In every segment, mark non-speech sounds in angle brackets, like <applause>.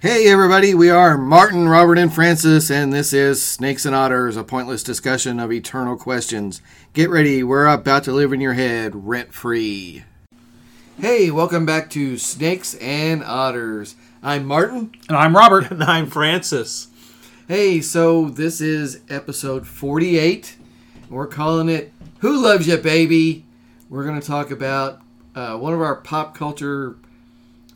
Hey, everybody, we are Martin, Robert, and Francis, and this is Snakes and Otters, a pointless discussion of eternal questions. Get ready, we're about to live in your head rent free. Hey, welcome back to Snakes and Otters. I'm Martin. And I'm Robert. And <laughs> I'm Francis. Hey, so this is episode 48. We're calling it Who Loves Ya, Baby? We're going to talk about uh, one of our pop culture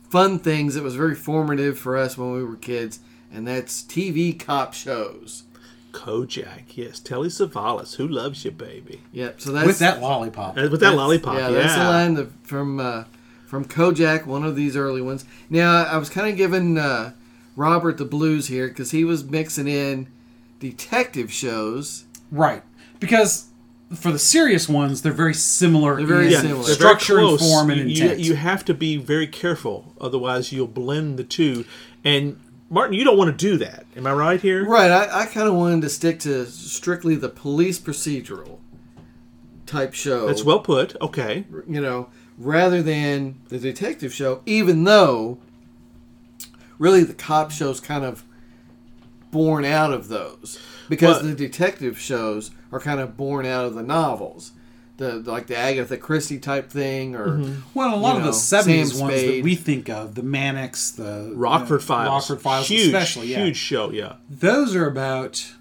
fun things that was very formative for us when we were kids, and that's TV cop shows. Kojak, yes. Telly Savalas, who loves you, baby? Yep. So that's With that lollipop. Uh, With that lollipop, yeah. Yeah, that's the line that, from uh, from Kojak, one of these early ones. Now, I was kind of giving uh, Robert the blues here because he was mixing in detective shows. Right. Because for the serious ones, they're very similar. They're very in Yeah, they're similar. very Structure and close. form and You- you- intent. You, have to be very careful, otherwise you'll blend the two. And Martin, you don't want to do that. Am I right here? Right. I, I kind of wanted to stick to strictly the police procedural type show. That's well put. Okay. you know, rather than the detective show, even though really the cop show's kind of born out of those because Well- the detective shows are kind of born out of the novels. The, like the Agatha Christie type thing or Mm-hmm. well, a lot you of know, the 70s Sam ones that Spade. we think of, the Mannix, the Rockford the Files. Rockford Files Huge, especially, yeah. huge show, yeah. Those are about,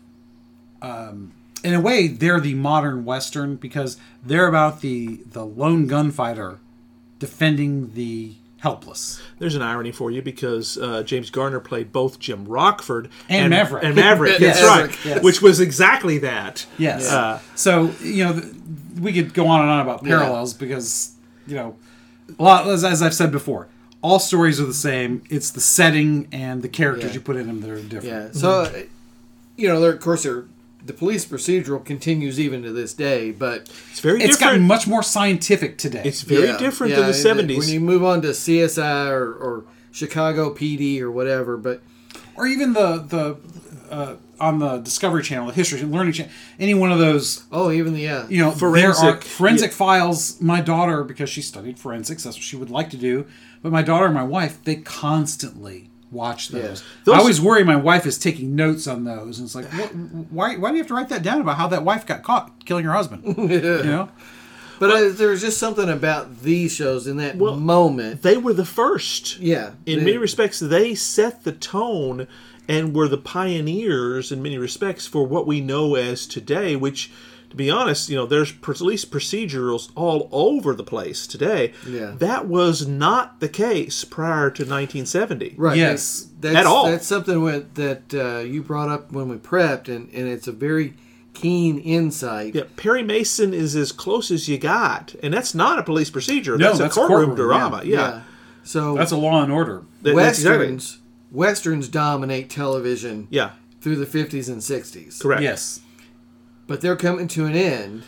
um, in a way, they're the modern Western because they're about the, the lone gunfighter defending the helpless. There's an irony for you because uh, James Garner played both Jim Rockford And Maverick. And <laughs> Maverick, Yes. that's right. Maverick, yes. Which was exactly that. Yes. Uh, so you know, th- we could go on and on about parallels because you know, a lot as, as I've said before, all stories are the same. It's the setting and the characters Yeah. you put in them that are different. Yeah. Mm-hmm. So, uh, you know, there, of course, there, the police procedural continues even to this day, but It's very It's different. gotten much more scientific today. it's very Yeah, different yeah, than the and 70s. When you move on to CSI or, or Chicago PD or whatever, but or even the the uh, on the Discovery Channel, the History Channel, Learning Channel, any one of those. oh, even the yeah, You know, there are Forensic, forensic files. My daughter, because she studied forensics, that's what she would like to do. But my daughter and my wife, they constantly watch those. Those- I always worry my wife is taking notes on those, and it's like, what, why, why do you have to write that down about how that wife got caught killing her husband? <laughs> You know, But uh, there was just something about these shows in that Well, moment. they were the first. Yeah. In They- many respects, they set the tone and were the pioneers in many respects for what we know as today, which to be honest, you know, there's police procedurals all over the place today. Yeah. That was not the case prior to 1970. Right. Yes. That- That's, At all. That's something with, that uh, you brought up when we prepped, and, and it's a very keen insight. Yeah, Perry Mason is as close as you got, and that's not a police procedure. No, that's, that's a courtroom, courtroom, drama. Yeah, So that's a law and order. That- that's exactly- westerns westerns dominate television Yeah, through the 50s and 60s. correct. Yes, But they're coming to an end.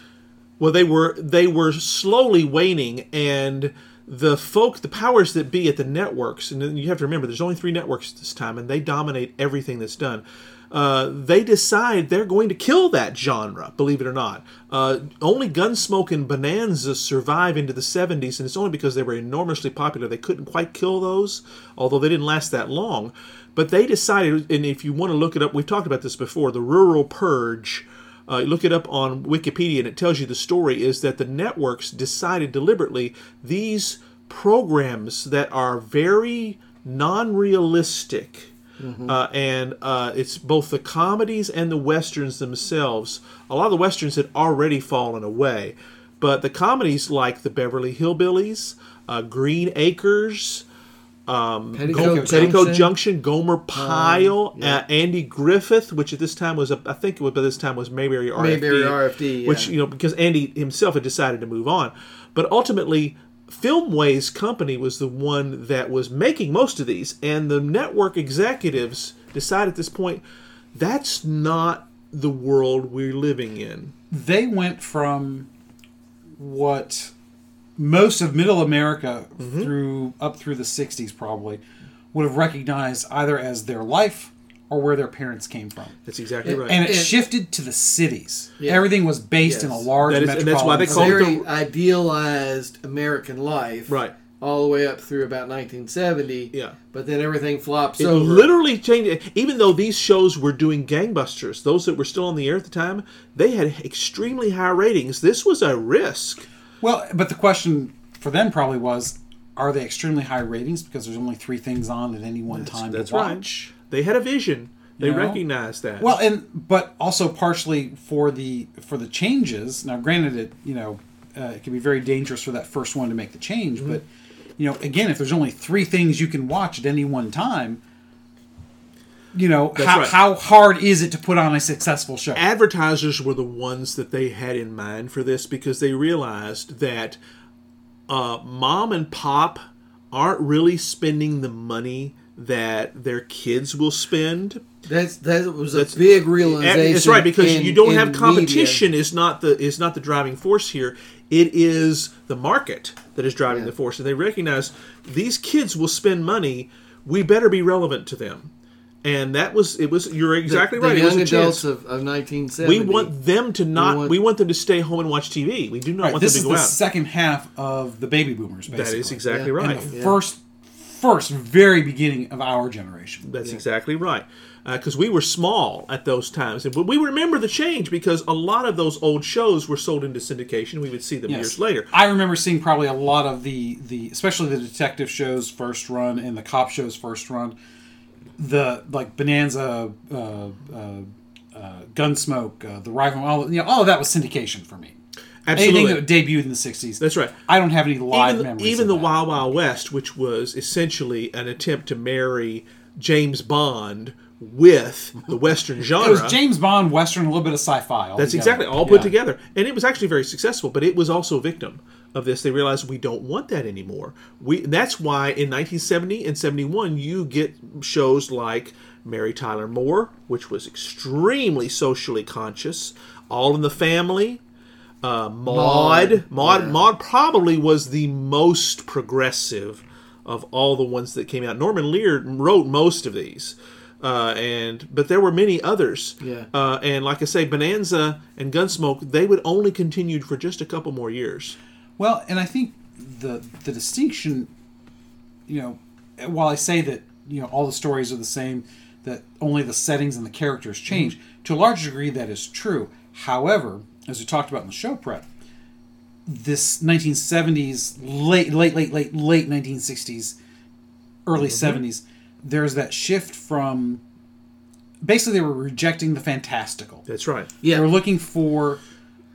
Well, they were they were slowly waning, and the folk, the powers that be at the networks, and then you have to remember, there's only three networks this time, and they dominate everything that's done. Uh, they decide they're going to kill that genre, believe it or not. Uh, only Gunsmoke and Bonanza survive into the 70s, and it's only because they were enormously popular. They couldn't quite kill those, although they didn't last that long. But they decided, and if you want to look it up, we've talked about this before the Rural Purge. Uh, you look it up on Wikipedia, and it tells you the story is that the networks decided deliberately these programs that are very non-realistic, uh, and uh, it's both the comedies and the westerns themselves. A lot of the westerns had already fallen away, but the comedies like the Beverly Hillbillies, uh, Green Acres, Petticoat, Petticoat Junction, Gomer Pyle, uh, Andy Griffith, which at this time was, a, I think it was, by this time was Mayberry RFD. Mayberry RFD, yeah. Which, you know, because Andy himself had decided to move on. But ultimately, Filmways Company was the one that was making most of these, and the network executives decided at this point that's not the world we're living in. they went from what most of Middle America Mm-hmm. through up through the '60s probably would have recognized either as their life or where their parents came from. That's exactly right. And it, And- shifted to the cities. Everything was based in a Yes. large That is- and that's metropolitan why they A call it city. very idealized American life. Right. all the way up through about 1970. Yeah. But then everything flops It over. literally changed. Even though these shows were doing gangbusters, those that were still on the air at the time, they had extremely high ratings. This was a risk. Well, but the question for them probably was, are they extremely high ratings because there's only three things on at any one time That's to watch? right. They had a vision. They You know? recognized that. Well, and but also partially for the for the changes. Now, granted, it you know uh, it can be very dangerous for that first one to make the change, but you know again, if there's only three things you can watch at any one time, you know how, right. how hard is it to put on a successful show? advertisers were the ones that they had in mind for this because they realized that uh, mom and pop aren't really spending the money that their kids will spend. That's that was a big realization. It's right because in- you don't in have media. competition is not the is not the driving force here. It is the market that is driving the force, and they recognize these kids will spend money. We better be relevant to them, and that was it. Was you're exactly the right. it was young a adults chance. of, of 1970. We want them to not. We want- want, them to stay home and watch TV. We do not want this them is to the go out. second half of the baby boomers. Basically. that is exactly Yeah. right. And the first first very beginning of our generation. That's exactly right. Because we were small at those times, but we remember the change because a lot of those old shows were sold into syndication. We would see them years later. I remember seeing probably a lot of the the especially the detective shows first run and the cop shows first run. The like Bonanza, uh, uh, uh, Gunsmoke, uh, The Rival, all you know, all of that was syndication for me. Absolutely, Anything that debuted in the '60s. that's right. I don't have any live even, memories. even of the that. Wild Wild West, which was essentially an attempt to marry James Bond with the Western genre. It was James Bond Western, a little bit of sci-fi. That's exactly all put together, and it was actually very successful. But it was also a victim of this. They realized we don't want that anymore. We that's why in 1970 and 71 you get shows like Mary Tyler Moore, which was extremely socially conscious, All in the Family, uh, Maud. Maud, Maud, probably was the most progressive of all the ones that came out. Norman Lear wrote most of these, uh, and but there were many others. Yeah. Uh, and like I say, Bonanza and Gunsmoke, they would only continued for just a couple more years. Well, and I think the the distinction, you know, while I say that you know all the stories are the same, that only the settings and the characters change to a large degree, that is true. However, as we talked about in the show prep, this 1970s late late late late late 1960s, early 70s, there's that shift from. Basically, they were rejecting the fantastical. That's right. They were yeah, looking for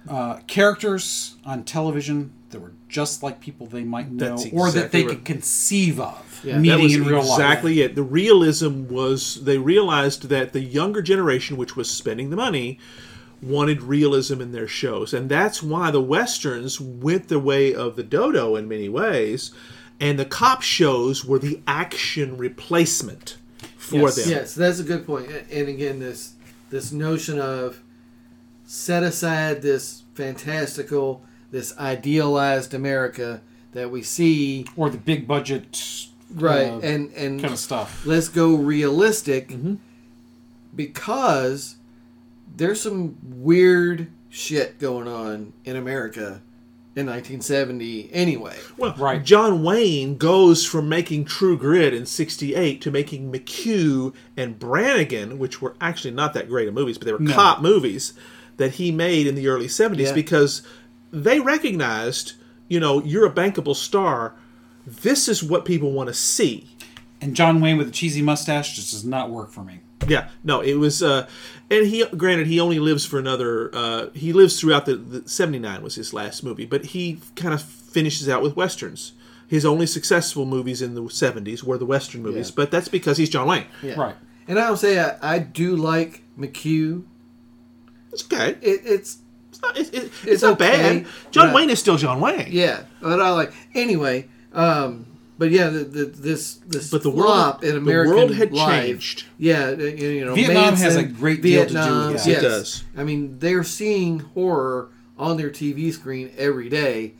uh, characters on television that were just like people they might know That's or that they exactly right. could conceive of Yeah. meeting That was in real life. exactly it. The realism was they realized that the younger generation, which was spending the money, wanted realism in their shows, and that's why the westerns went the way of the dodo in many ways, and the cop shows were the action replacement for Yes. them. yes, that's a good point. A- And again, this this notion of set aside this fantastical, this idealized America that we see, Or the big budget right? uh, and and kind of stuff. let's go realistic because there's some weird shit going on in America in 1970 anyway. Well, Right. John Wayne goes from making True Grit in '68 to making McHugh and Brannigan, which were actually not that great of movies, but they were cop movies that he made in the early '70s Yeah. because they recognized, you know, you're a bankable star. This is what people want to see. And John Wayne with a cheesy mustache just does not work for me. Yeah, no, it was, uh, and he granted he only lives for another. Uh, he lives throughout the, the seventy nine was his last movie, but he kind of finishes out with westerns. His only successful movies in the seventies were the western movies, Yeah. but that's because he's John Wayne. Yeah. Right. And I'll say I, I do like McHugh. It's okay. It, it's It's not. It, it, it's, It's not okay, bad. John but- Wayne is still John Wayne. yeah, but I like anyway. Um, but yeah, the, the, this this But the flop world- in the American world had life- changed. Yeah, uh, you- you know, Vietnam has Manson, a great deal to do with Vietnam, that. Yes. It does. I mean, they're seeing horror on their TV screen every day.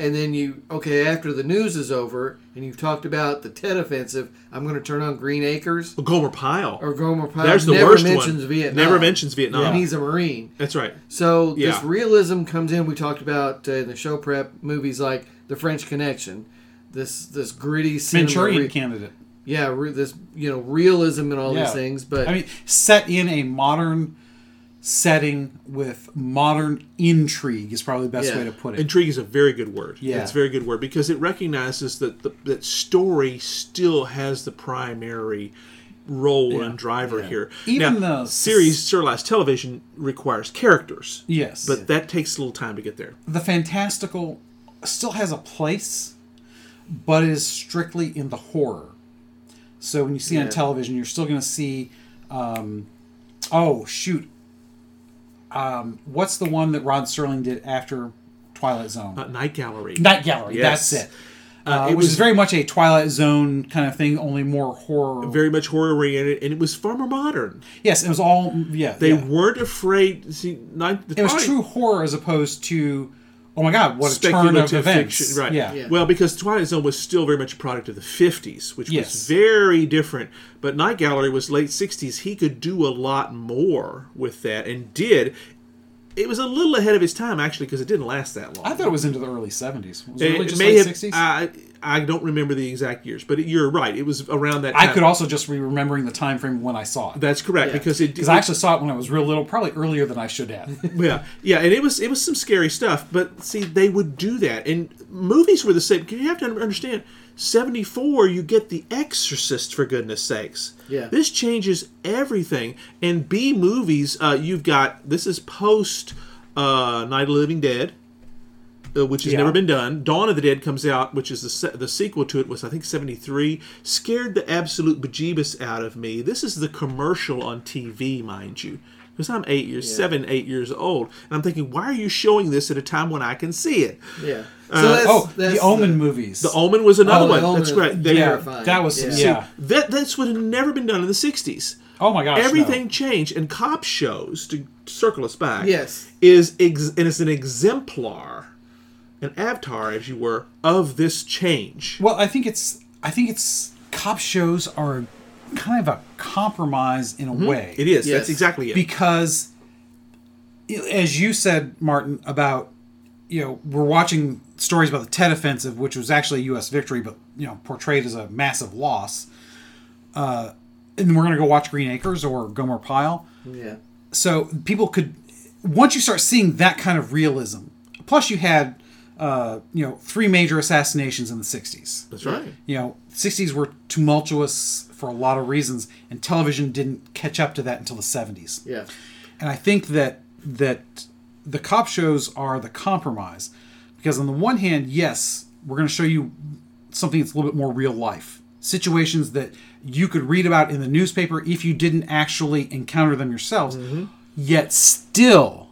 And then you okay after the news is over, and you've talked about the Tet offensive. I'm going to turn on Green Acres Gomer Pyle. or Gomer Pyle. There's the never worst mentions one. Vietnam. Never mentions Vietnam. And he's a Marine. That's right. So Yeah. this realism comes in. We talked about uh, in the show prep movies like The French Connection, this this gritty cinema Manchurian re- Candidate. yeah, re- this you know realism and all Yeah. these things. But I mean, set in a modern setting with modern intrigue is probably the best Yeah. way to put it. Intrigue is a very good word. Yeah. it's a very good word because it recognizes that the, that story still has the primary role and driver here. Even now, the- series serialized television requires characters. Yes. but that takes a little time to get there. the fantastical still has a place, but it is strictly in the horror. So when you see it on Yeah. television, you're still going to see. Um, oh shoot! Um, what's the one that Rod Serling did after Twilight Zone? Uh, Night Gallery. Night Gallery. Yes. That's it. Uh, Uh, it which was is very much a Twilight Zone kind of thing, only more horror. very much horror oriented, and it was far more modern. yes, it was all mm, yeah. They yeah. weren't afraid. See, night, it was true horror as opposed to oh my god, what a turn of events. fiction, right? Yeah. Yeah. Well, because Twilight Zone was still very much a product of the '50s, which was Yes. very different. But Night Gallery was late '60s. He could do a lot more with that, and did. It was a little ahead of his time, actually, because it didn't last that long. I thought it was into the early seventies. Was it, It- really it just may late have- uh, sixties? I, I I don't remember the exact years, but you're right. It was around that. time. could also just be remembering the time frame when I saw it That's correct Yeah. because it because I actually saw it when I was real little, probably earlier than I should have. yeah, yeah, and it was it was some scary stuff. But see, they would do that, and movies were the same. Because you have to understand, seventy four, you get The Exorcist for goodness sakes. Yeah. this changes everything. And B movies, uh, you've got this is post uh, Night of the Living Dead. uh, Which has Yeah. never been done. Dawn of the Dead comes out, which is the se- the sequel to it was I think seventy three. Scared the absolute bejeebus out of me. This is the commercial on TV, mind you, because I'm eight years, seven, eight years old, and I'm thinking, why are you showing this at a time when I can see it? yeah. So oh, the Omen movies. The Omen was another Oh, The one. Omen That's is correct. They yeah, were terrifying. that was Yeah. yeah. that that's what had never been done in the '60s. Oh my gosh, no. Everything changed, and cop shows to circle us back. Yes. is ex- and it's an exemplar, an avatar, if you were, of this change. Well, I think it's I think it's cop shows are kind of a compromise in a way. It is. Yes. That's exactly it. because as you said martin about you know we're watching stories about the tet offensive which was actually a us victory but you know portrayed as a massive loss uh, and we're going to go watch green acres or gomer pyle yeah. so people could once you start seeing that kind of realism plus you had uh, you know three major assassinations in the 60s that's right. you know 60s were tumultuous for a lot of reasons and television didn't catch up to that until the 70s Yeah. and I think that that the cop shows are the compromise because on the one hand, yes, we're going to show you something that's a little bit more real life situations that you could read about in the newspaper if you didn't actually encounter them yourselves, Mm-hmm. yet still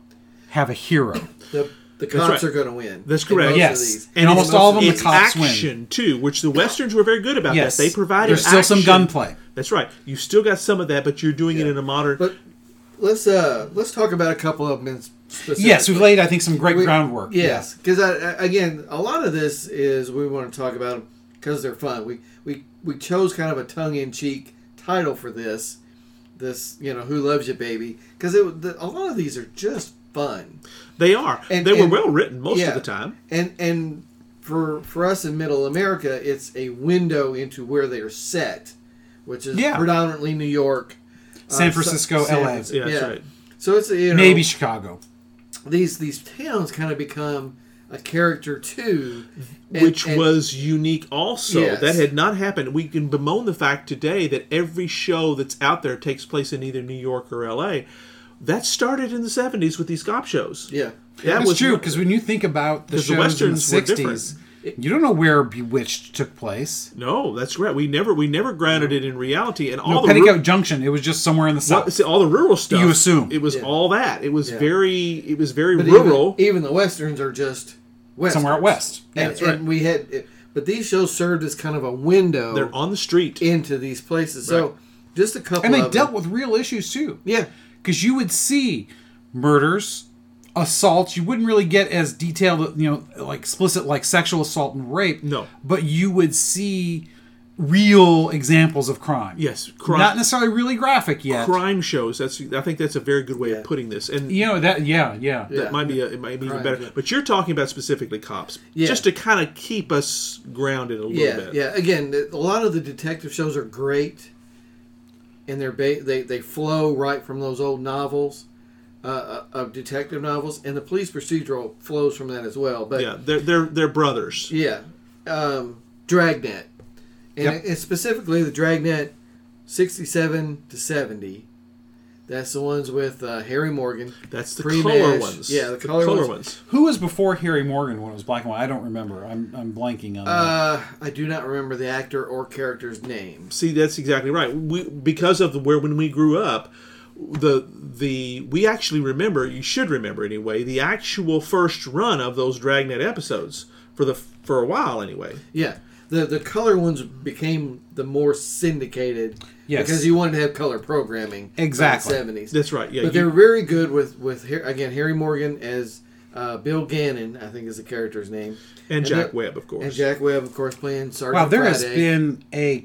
have a hero. The the cops right. are going to win. That's in correct. most of Yes. these. And almost in most all of them these. the cops win. action too, which the westerns were very good about. Yes, that they provided. There's still some action. gunplay. That's right. You still got some of that, but you're doing it in a modern. But let's uh let's talk about a couple of them. in specific. Yes, we've laid I think some great We- groundwork. Yes, because again, a lot of this is we want to talk about them because they're fun. We we we chose kind of a tongue in cheek title for this. This you know who loves you, baby? Because it the, a lot of these are just fun. they are. And- they were and- well written most yeah. of the time. and and for for us in Middle America, it's a window into where they are set, which is Yeah. predominantly New York, uh, San so- Francisco, San LA. Francisco. Yeah, that's Yeah. right. So it's you know Maybe Chicago. these these towns kind of become a character too, and- which and- was unique also. Yes. That had not happened. We can bemoan the fact today that every show that's out there takes place in either New York or LA. That started in the 70s with these cop shows. yeah That That's was true because when you think about the 'Cause the shows in the Westerns were '60s, you don't know where Bewitched took place. No, that's right. We never we never grounded it in reality and all No, the Petticoat ru- Junction. It was just somewhere in the well, south. see, all the rural stuff. You assume. It was Yeah. all that. It was Yeah. very it was very But rural. Even, even the westerns are just westerns. Somewhere out west. And, that's right. and we had, but these shows served as kind of a window They're on the street. into these places. So Right. just a couple. And they of dealt them. with real issues too, yeah. because you would see murders, assaults. You wouldn't really get as detailed, you know, like explicit like sexual assault and rape. No. but you would see real examples of crime. Yes, crime. Not necessarily really graphic yet. crime shows. That's I think that's a very good way Yeah. of putting this, and You know that? Yeah, yeah. Yeah. that might be a, it might be even Crime, better. yeah. But you're talking about specifically cops, Yeah. just to kind of keep us grounded a little yeah, bit. yeah. Again, th- a lot of the detective shows are great, and they're ba- they they flow right from those old novels, uh, uh, of detective novels, and the police procedural flows from that as well. But Yeah, they're they're they're brothers. yeah, um, Dragnet, and, Yep. and specifically the Dragnet, sixty-seven to seventy. That's the ones with uh, Harry Morgan. That's the Pre-mash. color ones. Yeah, the the color color, ones. ones. Who was before Harry Morgan when it was black and white? I don't remember. I'm I'm blanking on that. Uh, I do not remember the actor or character's name. See, that's exactly right. We because of the, where when we grew up, the the we actually remember. You should remember anyway. The actual first run of those Dragnet episodes for the for a while anyway. Yeah. The the color ones became the more syndicated Yes. because you wanted to have color programming. Exactly. Seventies. That's right. Yeah, But you- they're very good with with Har- again Harry Morgan as uh, Bill Gannon, I think is the character's name, and Jack they're- Webb, of course. and Jack Webb, of course, playing Sergeant wow, there has Friday. been a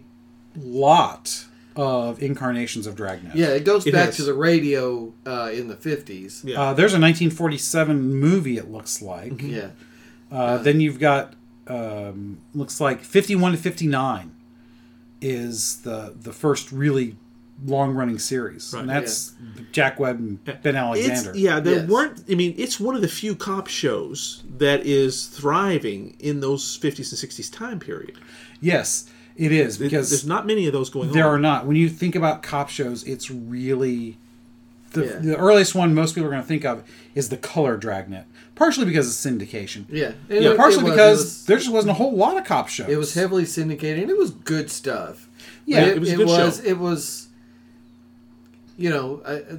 lot of incarnations of Dragnet. yeah, it goes It back has. to the radio uh, in the fifties. Yeah. Uh, there's a 1947 movie. It looks like. Yeah. Uh, then you've got um, looks like 51 to 59 is the the first really long running series, and Right. that's Jack Webb and Ben Alexander. It's, yeah, there Yes. weren't. I mean, it's one of the few cop shows that is thriving in those 50s and 60s time period. Yes, it is It- because there's not many of those going there on. are not. When you think about cop shows, it's really the, Yeah. the earliest one most people are going to think of is the color Dragnet, partially because it's syndication. Yeah. And Yeah, it- it Partially was- it because was- there just wasn't a whole lot of cop shows. It was heavily syndicated, and it was good stuff. Yeah, it, it was a it good was. show. It was. You know, uh, uh,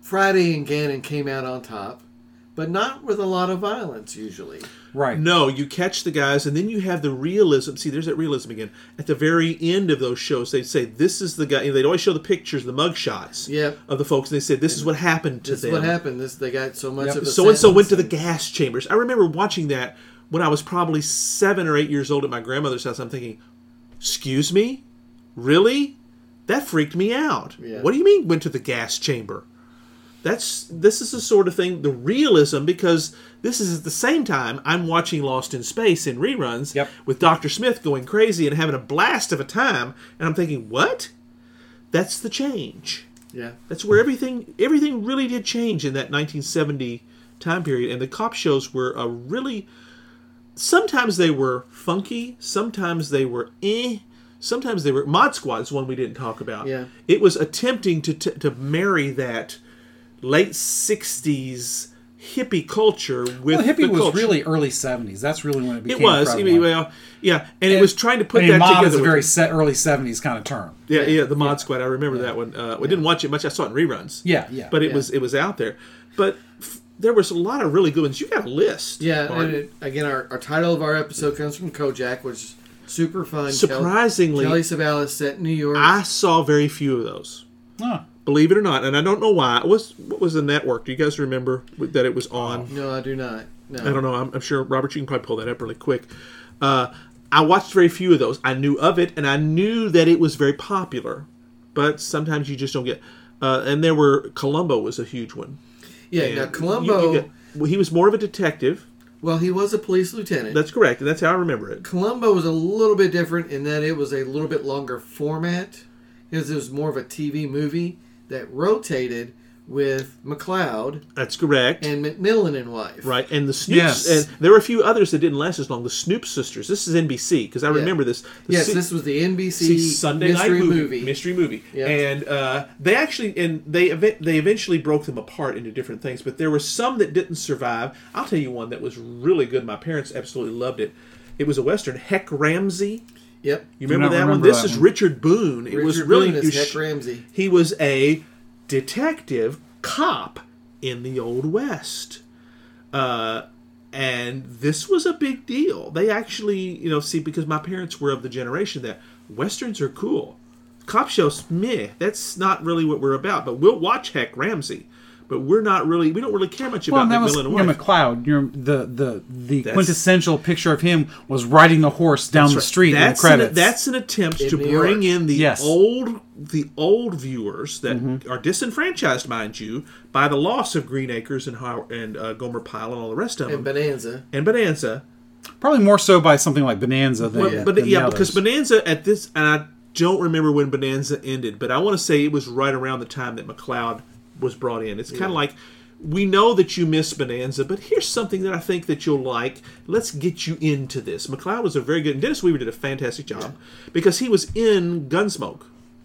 Friday and Gannon came out on top, but not with a lot of violence usually. right. No, you catch the guys, and then you have the realism. See, there's that realism again. At the very end of those shows, they'd say, "This is the guy." You know, they'd always show the pictures, the mug shots Yeah. of the folks, and they said, "This is what happened to This them." is what happened. This they got so much Yep. of. A so and so went to the sentence gas chambers. I remember watching that when I was probably seven or eight years old at my grandmother's house. I'm thinking, "Excuse me, really? That freaked me out. Yeah. What do you mean went to the gas chamber?" That's this is the sort of thing the realism because this is at the same time I'm watching Lost in Space in reruns Yep. with Dr. Smith going crazy and having a blast of a time and I'm thinking what? That's the change. and- Yeah. That's where everything everything really did change in that 1970 time period, and the cop shows were a really. Sometimes they were funky. Sometimes they were eh. Sometimes they were Mod Squad is one we didn't talk about. Yeah. it was attempting to t- to marry that late 60s hippie culture with Well, hippie the was culture. really early 70s. That's really when it became it was I prevalent. mean, well, yeah, and, it was trying to put I mean, that mob together. is a with- very set early 70s kind of term. yeah, yeah, the Mod Squad. I remember that one. Uh, I didn't watch it much. I saw it in reruns. Yeah, yeah. but it Yeah. was it was out there. But f- there was a lot of really good ones. You got a list. Yeah. Mark. And it, again, our, our title of our episode comes from Kojak, which is super fun. surprisingly, Kelly, Kelly Savalas set in New York. I saw very few of those. Huh. Believe it or not, and I don't know why. It was what was the network? Do you guys remember that it was on? no, I do not. Oh, No. I don't know. I'm, I'm sure Robert, you can probably pull that up really quick. Uh, I watched very few of those. I knew of it, and I knew that it was very popular. But sometimes you just don't get. Uh, and there were Columbo was a huge one. yeah. And now you- Columbo. you got- well, he was more of a detective. well, he was a police lieutenant. That's correct, and that's how I remember it. Columbo was a little bit different in that it was a little bit longer format because it was more of a TV movie that rotated with McLeod That's correct. and McMillan and wife. Right, and the Snoops, Yes. and there were a few others that didn't last as long. The Snoop Sisters. This is NBC because I remember this. The Yes, Si- this was the NBC NBC Sunday mystery night movie, movie. mystery movie, Yeah. and uh, they actually and they ev- they eventually broke them apart into different things. But there were some that didn't survive. I'll tell you one that was really good. My parents absolutely loved it. It was a western. Heck Ramsey. Yep. You Do remember not that remember one? This that is one. Richard Boone. it was Richard really Boone you as Heck sh- Ramsey. he was a detective cop in the old west uh, and this was a big deal they actually you know see because my parents were of the generation that westerns are cool cop shows meh that's not really what we're about but we'll watch heck ramsey but we're not really we don't really care much Well, about and that was McMillan you and know, Wife. McLeod. You're, the the the That's- quintessential picture of him was riding the horse down the That's right. street in the That's credits. An, that's an attempt to New bring York. in the Yes. Mm-hmm. old the old viewers that are disenfranchised, mind you, by the loss of Green Acres and How- and uh, Gomer Pyle and all the rest of And them, Bonanza. and Bonanza. probably more so by something like Bonanza than, But than yeah, the others. because Bonanza at this, and I don't remember when Bonanza ended, but I want to say it was right around the time that McLeod was brought in. It's kind of like we know that you miss Bonanza, but here's something that I think that you'll like. Let's get you into this. McLeod was a very good. And Dennis Weaver did a fantastic job because he was in Gunsmoke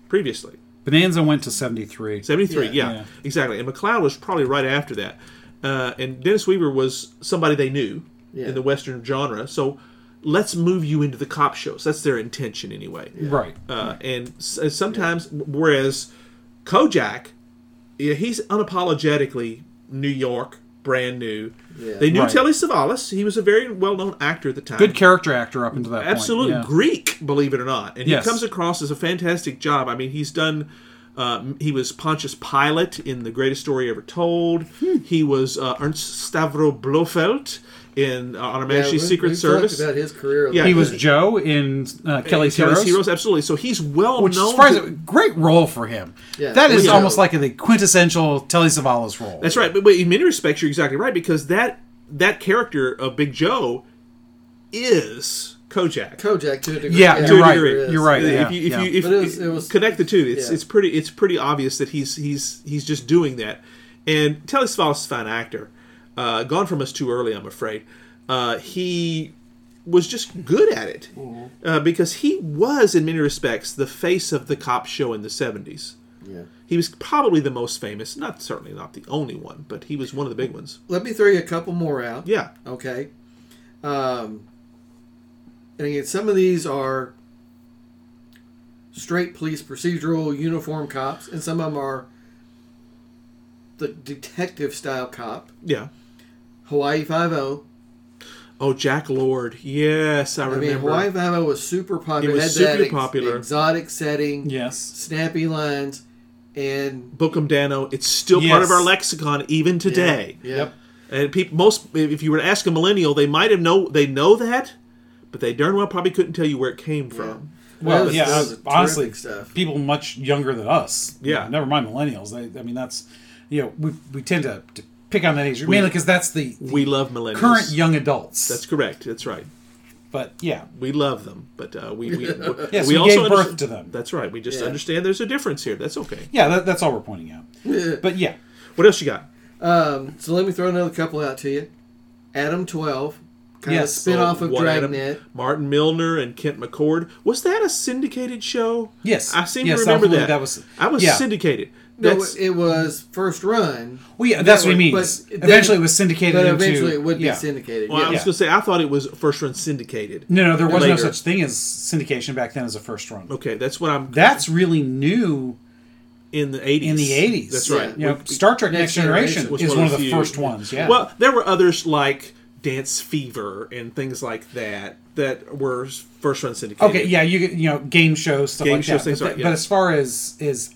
previously. Bonanza went to seventy three. 73 Yeah. yeah, Yeah. exactly and mcleod was probably right after that uh, and dennis weaver was somebody they knew Yeah. in the western genre so let's move you into the cop shows that's their intention anyway Right. uh, and s- uh, sometimes whereas kojak yeah, he's unapologetically new york brand new Yeah. they knew Right. telly savalas he was a very well-known actor at the time Good character actor up until that absolute point. yeah. Greek, believe it or not, and Yes. he comes across as a fantastic job. I mean, he's done. Uh, he was Pontius Pilate in the greatest story ever told. He was uh, Ernst Stavro Blofeld in uh, on a Yeah, Majesty's we- Secret we've Service. talked about his career. a Yeah, lot. He was Joe in uh, Kelly's, Heroes, Kelly's Heroes, absolutely. So he's well which known. is surprising. to- great role for him. Yeah, that is Leo. almost like the quintessential Telly Savalas role. That's right. But, but in many respects, you're exactly right because that that character of Big Joe is Kojak. Kojak to a degree. Yeah, To you're a right. degree. You're right. Yeah, if you, if yeah. you if, But it was- it was- connect the two, it's yeah. it's pretty it's pretty obvious that he's he's he's just doing that. And Telly Savalas is a fine actor, uh, gone from us too early, I'm afraid. Uh, he was just good at it Mm-hmm. uh, because he was, in many respects, the face of the cop show in the '70s. Yeah. He was probably the most famous, not certainly not the only one, but he was one of the big ones. Let me throw you a couple more out. Yeah, Okay. Um, and again, some of these are straight police procedural uniform cops, and some of them are the detective style cop. yeah. Hawaii Five O. Oh, Jack Lord. Yes, I I remember. mean, Hawaii Five O was super popular. It was had super that ex- popular. Exotic setting, Yes. snappy lines, and Bookham Dano. It's still part of Yes. our lexicon even today. Yeah. Yep. And people, most, if you were to ask a millennial, they might have know they know that, but they darn well probably couldn't tell you where it came from. Well, That yeah, that was honestly, terrific stuff. people much younger than us. Yeah. You know, never mind millennials. They, I mean, that's you know, we, we tend to, to pick on that age mainly because that's the, the We love millennials. current young adults. That's correct. That's right. but yeah, We love them, but uh, <laughs> we we, we, Yes, we gave birth understand- to them. That's right. We just Yeah. understand there's a difference here. That's okay. yeah, that, that's all we're pointing out. But yeah, What else you got? Um, so let me throw another couple out to you. Adam Twelve, kind Yes. of a spinoff Oh, of what, Adam? Dragnet. Martin Milner and Kent McCord. Was that a syndicated show? Yes. I seem Yes, I to remember believe that. that was- I was yeah. syndicated. No, That's, it was first run. well, yeah, that's what he But means. then- eventually, it was syndicated. But into, eventually, it would be yeah. syndicated. well, I was yeah. Yeah. going to say I thought it was first run syndicated. No, no, there was no Later. such thing as syndication back then as a first run. Okay, that's what I'm That's really new in the 80s. in the '80s. That's Yeah. right. You know, Star Trek: Next, Next Generation, Generation was is one one of of the the few. first ones. Yeah. Well, there were others like Dance Fever and things like that that were first run syndicated. Okay, yeah, you you know game shows stuff Game like shows, that. things but, like- that- yeah. but as far as is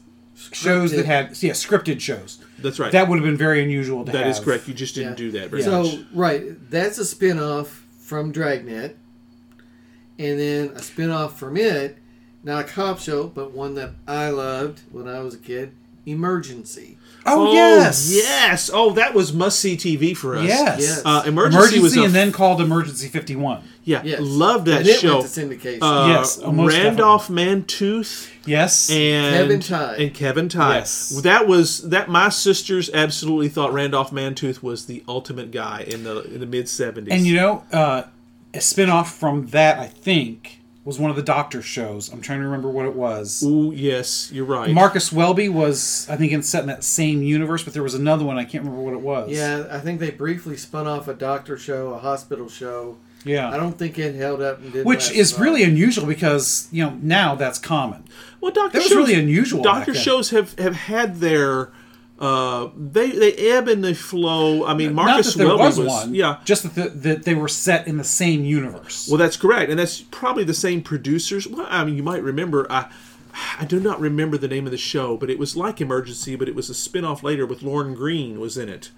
shows that Scripted. had yeah scripted shows, That's right. that would have been very unusual. to That have. is correct. You just didn't Yeah. do that very so much. right, that's a spinoff from Dragnet, and then a spinoff from it, not a cop show, but one that I loved when I was a kid, Emergency. Oh, yes, Yes. Oh, that was must see TV for us. yes. Yes. Uh, Emergency, Emergency, was a, and then called Emergency Fifty One. yeah, Yes, loved that and it show. Went to syndication. Uh, Yes, oh, most Randolph Mantooth Yes, and Kevin Tye. and Kevin Tye. Yes. That was that. My sisters absolutely thought Randolph Mantooth was the ultimate guy in the in the mid seventies. and you know uh, a spinoff from that I think was one of the Doctor shows. I'm trying to remember what it was. Ooh, yes, you're right. Marcus Welby was I think in set in that same universe, but there was another one I can't remember what it was. yeah, I think they briefly spun off a doctor show, a hospital show. yeah. I don't think it held up and did. which last is long. really unusual because you know now that's common. Well, doctor That was shows, really unusual back Doctor then. shows have have had their uh, they they ebb and they flow. I mean, Marcus Not that there Welby was, one, yeah. Just that, the, that they were set in the same universe. Well, that's correct, and that's probably the same producers. Well, I mean, you might remember I I do not remember the name of the show, but it was like Emergency, but it was a spin-off later with Lauren Green was in it,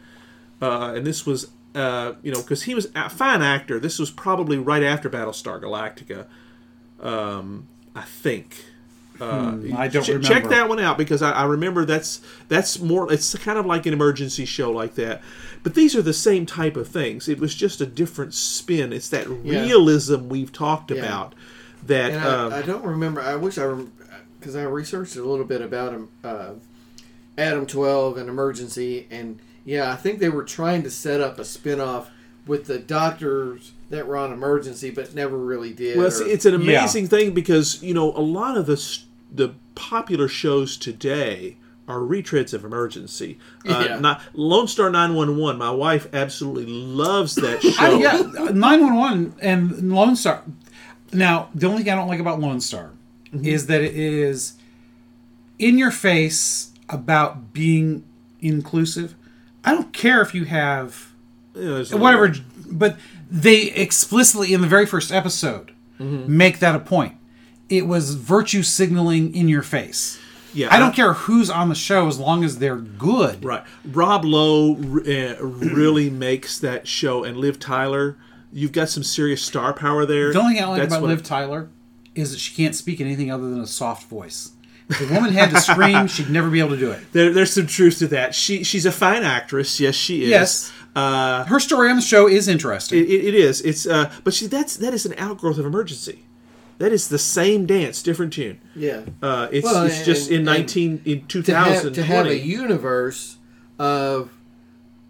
uh, and this was uh, you know because he was a fine actor. This was probably right after Battlestar Galactica, um, I think. Uh, I don't che- Check remember. that one out because I, I remember that's that's more. It's kind of like an emergency show like that, but these are the same type of things. It was just a different spin. It's that realism we've talked about. That And um, I, I don't remember. I wish I because I researched a little bit about him, uh, Adam Twelve and Emergency, and yeah, I think they were trying to set up a spin-off with the doctors that were on Emergency, but never really did. Well, or- it's, it's an Yeah. amazing thing because you know a lot of the s- the popular shows today are retreads of Emergency. Uh, Yeah. not, Lone Star Nine One One. My wife absolutely loves that show. I, yeah, uh, nine one one and Lone Star. Now, the only thing I don't like about Lone Star Mm-hmm. is that it is in your face about being inclusive. I don't care if you have You know, there's a- whatever, but they explicitly in the very first episode Mm-hmm. make that a point. It was virtue signaling in your face. Yeah, I don't care who's on the show as long as they're good. Right. Rob Lowe uh, really <clears throat> makes that show, and Liv Tyler. You've got some serious star power there. The only thing I like That's about what- Liv Tyler is that she can't speak in anything other than a soft voice. If the woman had to <laughs> scream, she'd never be able to do it. There, there's some truth to that. She she's a fine actress. Yes, she is. Yes. Uh, Her story on the show is interesting. It, it, it is. It's uh, but see, that's that is an outgrowth of emergency. That is the same dance, different tune. yeah. Uh, it's Well, it's just and- in and nineteen in two to have, thousand to have a twenty. universe of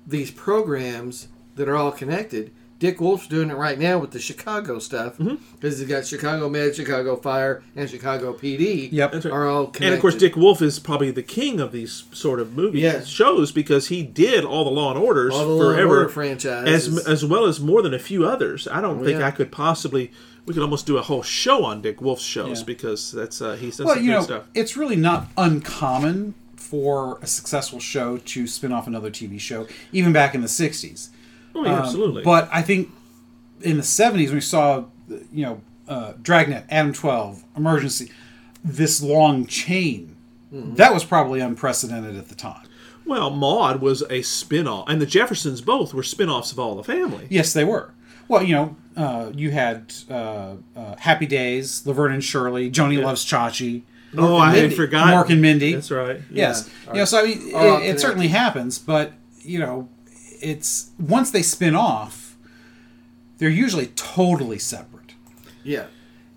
these programs that are all connected. Dick Wolf's doing it right now with the Chicago stuff because Mm-hmm. he's got Chicago Med, Chicago Fire, and Chicago PD. Yep. That's right. are all connected. And of course, Dick Wolf is probably the king of these sort of movies Yeah. shows because he did all the Law and Orders All the Law and forever, Order franchises. as as well as more than a few others. I don't think yeah. I could possibly. We could almost do a whole show on Dick Wolf's shows Yeah. because that's uh, he's done Well, some you good know, stuff. it's really not uncommon for a successful show to spin off another TV show, even back in the 60s. Oh, um, yeah, absolutely. But I think in the 70s, we saw, you know, uh, Dragnet, Adam 12, Emergency, this long chain. Mm-hmm. That was probably unprecedented at the time. Well, Maud was a spin-off, and the Jeffersons both were spin-offs of All the Family. Yes, they were. Well, you know, uh, you had uh, uh, Happy Days, Laverne and Shirley, Joni Loves Chachi, Oh, I had Mindy. forgotten. Mork and Mindy. That's right. Oh, Yes. You know, so I mean, Are all it, it certainly happens, but you know, it's once they spin off, they're usually totally separate. yeah,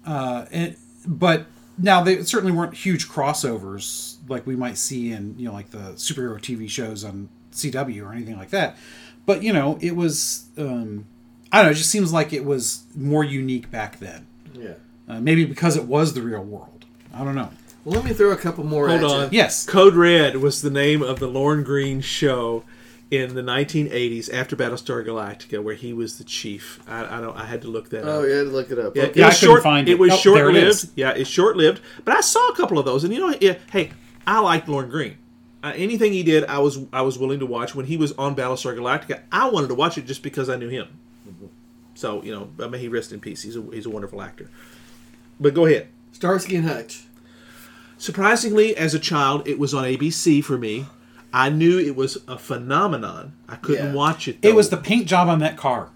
Uh, and, but now they certainly weren't huge crossovers like we might see in you know like the superhero TV shows on CW or anything like that. But you know, it was um, I don't know. It just seems like it was more unique back then. yeah. Uh, maybe because it was the real world. I don't know. Well, let me throw a couple more. Hold at on. You. Yes. Code Red was the name of the Lorne Green show in the 1980s after Battlestar Galactica, where he was the chief. I, I don't. I had to look that Oh up. yeah, look it up. Yeah, Okay. yeah, I was couldn't short, find it. it. Oh, was there it short-lived. is. yeah, it's short-lived. But I saw a couple of those, and you know, yeah, hey, I liked Lorne Green. Uh, anything he did, I was I was willing to watch. When he was on Battlestar Galactica, I wanted to watch it just because I knew him. So you know, I mean, he rest in peace. He's a, he's a wonderful actor. But go ahead. Starsky and Hutch. Surprisingly, as a child, it was on ABC for me. I knew it was a phenomenon. I couldn't Yeah. watch it. Though. It was the paint job on that car.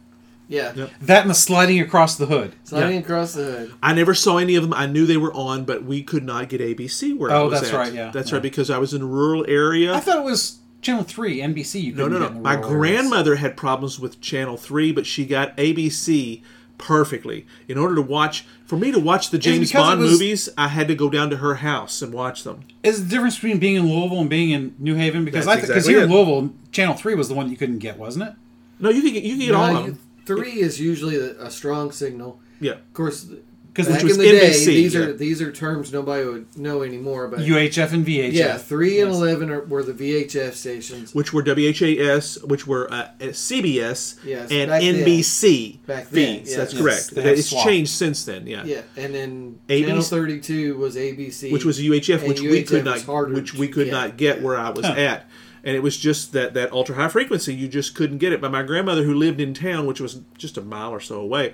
Yeah, Yep. That and the sliding across the hood. sliding Yeah. across the hood. I never saw any of them. I knew they were on, but we could not get ABC where I Oh, was that's at. right, yeah. that's Yeah. right. Because I was in a rural area. I thought it was Channel Three, NBC. You no, couldn't no, get no. in the My rural areas. grandmother had problems with Channel Three, but she got ABC perfectly. In order to watch, for me to watch the because James it Bond was- movies, I had to go down to her house and watch them. is the difference between being in Louisville and being in New Haven because That's I think because exactly here it. in Louisville, Channel Three was the one you couldn't get, wasn't it? No, you could get you could get all Now, of you- them. three is usually a, a strong signal. Yeah. Of course, Because back which in was the day, NBC, these yeah. are these are terms nobody would know anymore. But UHF and VHF. yeah, three and eleven are, were the VHF stations. which were WHAS, which were uh, CBS, Yes, and back then. NBC Back then, feeds. yes. That's Yes, correct. they have it's swapped. changed since then, yeah. Yeah, and then ABC Channel Thirty Two was ABC, Which was UHF, And which we could UHF was not, harder which to we could get. not get where I was at, and it was just that that ultra high frequency. You just couldn't get it. But my grandmother, who lived in town, which was just a mile or so away,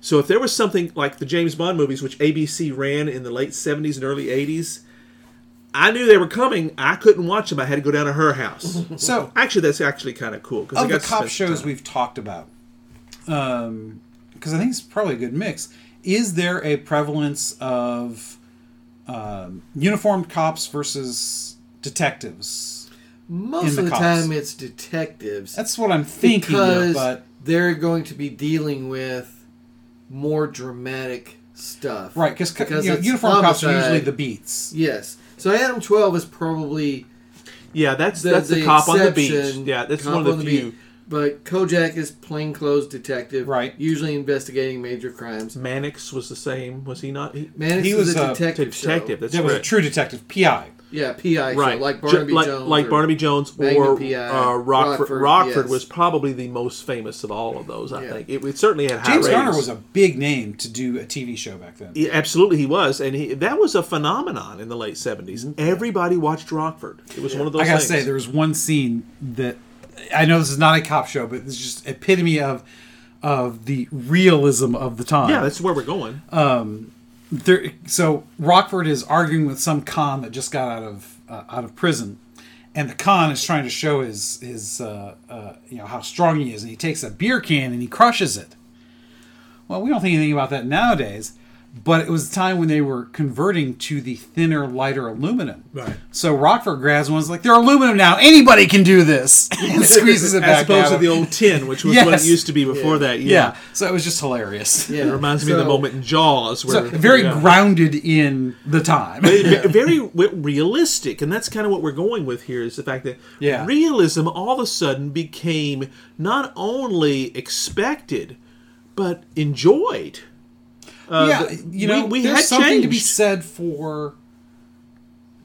So if there was something like the James Bond movies, which ABC ran in the late 70s and early 80s, I knew they were coming. I couldn't watch them. I had to go down to her <laughs> house. So, actually, that's actually kind of cool because of the cop shows we've talked about, because I think it's probably a good mix. Is there a prevalence of um, uniformed cops versus detectives? Most In the of the cops. time, it's detectives That's what I'm thinking because of, but they're going to be dealing with more dramatic stuff, right cause, co- Because you know, it's uniformed cops are homicide. usually the beats. Yes. So Adam Twelve is probably yeah, that's the, that's the, the, cop on the beach. exception. Yeah, that's Cop one of on the beat. few. But Kojak is plainclothes detective, Right. Usually investigating major crimes. Mannix was the same, was he not? He, Mannix He is was a a detective. detective. Show. That's That was a correct. true detective, PI. Yeah, PI. Show, right, like Ju- Barnaby like, Jones. like or- Barnaby Jones Magnum or PI, uh, Rockford. Rockford, Rockford, yes. was probably the most famous of all of those. I Yeah. think it, it certainly had high James Garner ratings. was a big name to do a TV show back then. Yeah, absolutely, he was, and he, that was a phenomenon in the late seventies. Everybody watched Rockford. It was one of those. I gotta things. say, there was one scene that I know this is not a cop show, but it's just epitome of of the realism of the time. yeah, that's where we're going. There- so Rockford is arguing with some con that just got out of uh, out of prison, and the con is trying to show his his uh, uh, you know how strong he is, and he takes a beer can and he crushes it. Well, we don't think anything about that nowadays, but it was the time when they were converting to the thinner, lighter aluminum. Right. So Rockford grabs one, is like, "They're aluminum now. Anybody can do <laughs> this," and squeezes it As back. opposed out to of- the old tin, which was what it Yes. used to be before that. Yeah. yeah. So it was just hilarious. Yeah. It reminds me of the So- moment in Jaws So where very yeah. grounded in the time. Ve- very w- realistic and that's kind of what we're going with here is the fact that Yeah. realism all of a sudden became not only expected but enjoyed yeah, Uh, the- you know, we- we there's had something to be changed. said for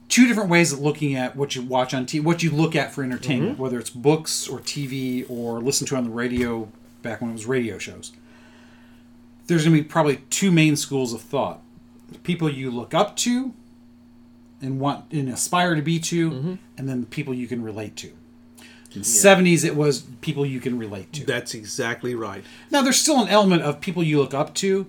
two different ways of looking at what you watch on TV, what you look at for entertainment, Mm-hmm. whether it's books or TV or listen to on the radio back when it was radio shows. There's going to be probably two main schools of thought. People you look up to and want and aspire to be to, Mm-hmm. and then the people you can relate to. In the 70s it was people you can relate to. that's exactly right Now, there's still an element of people you look up to,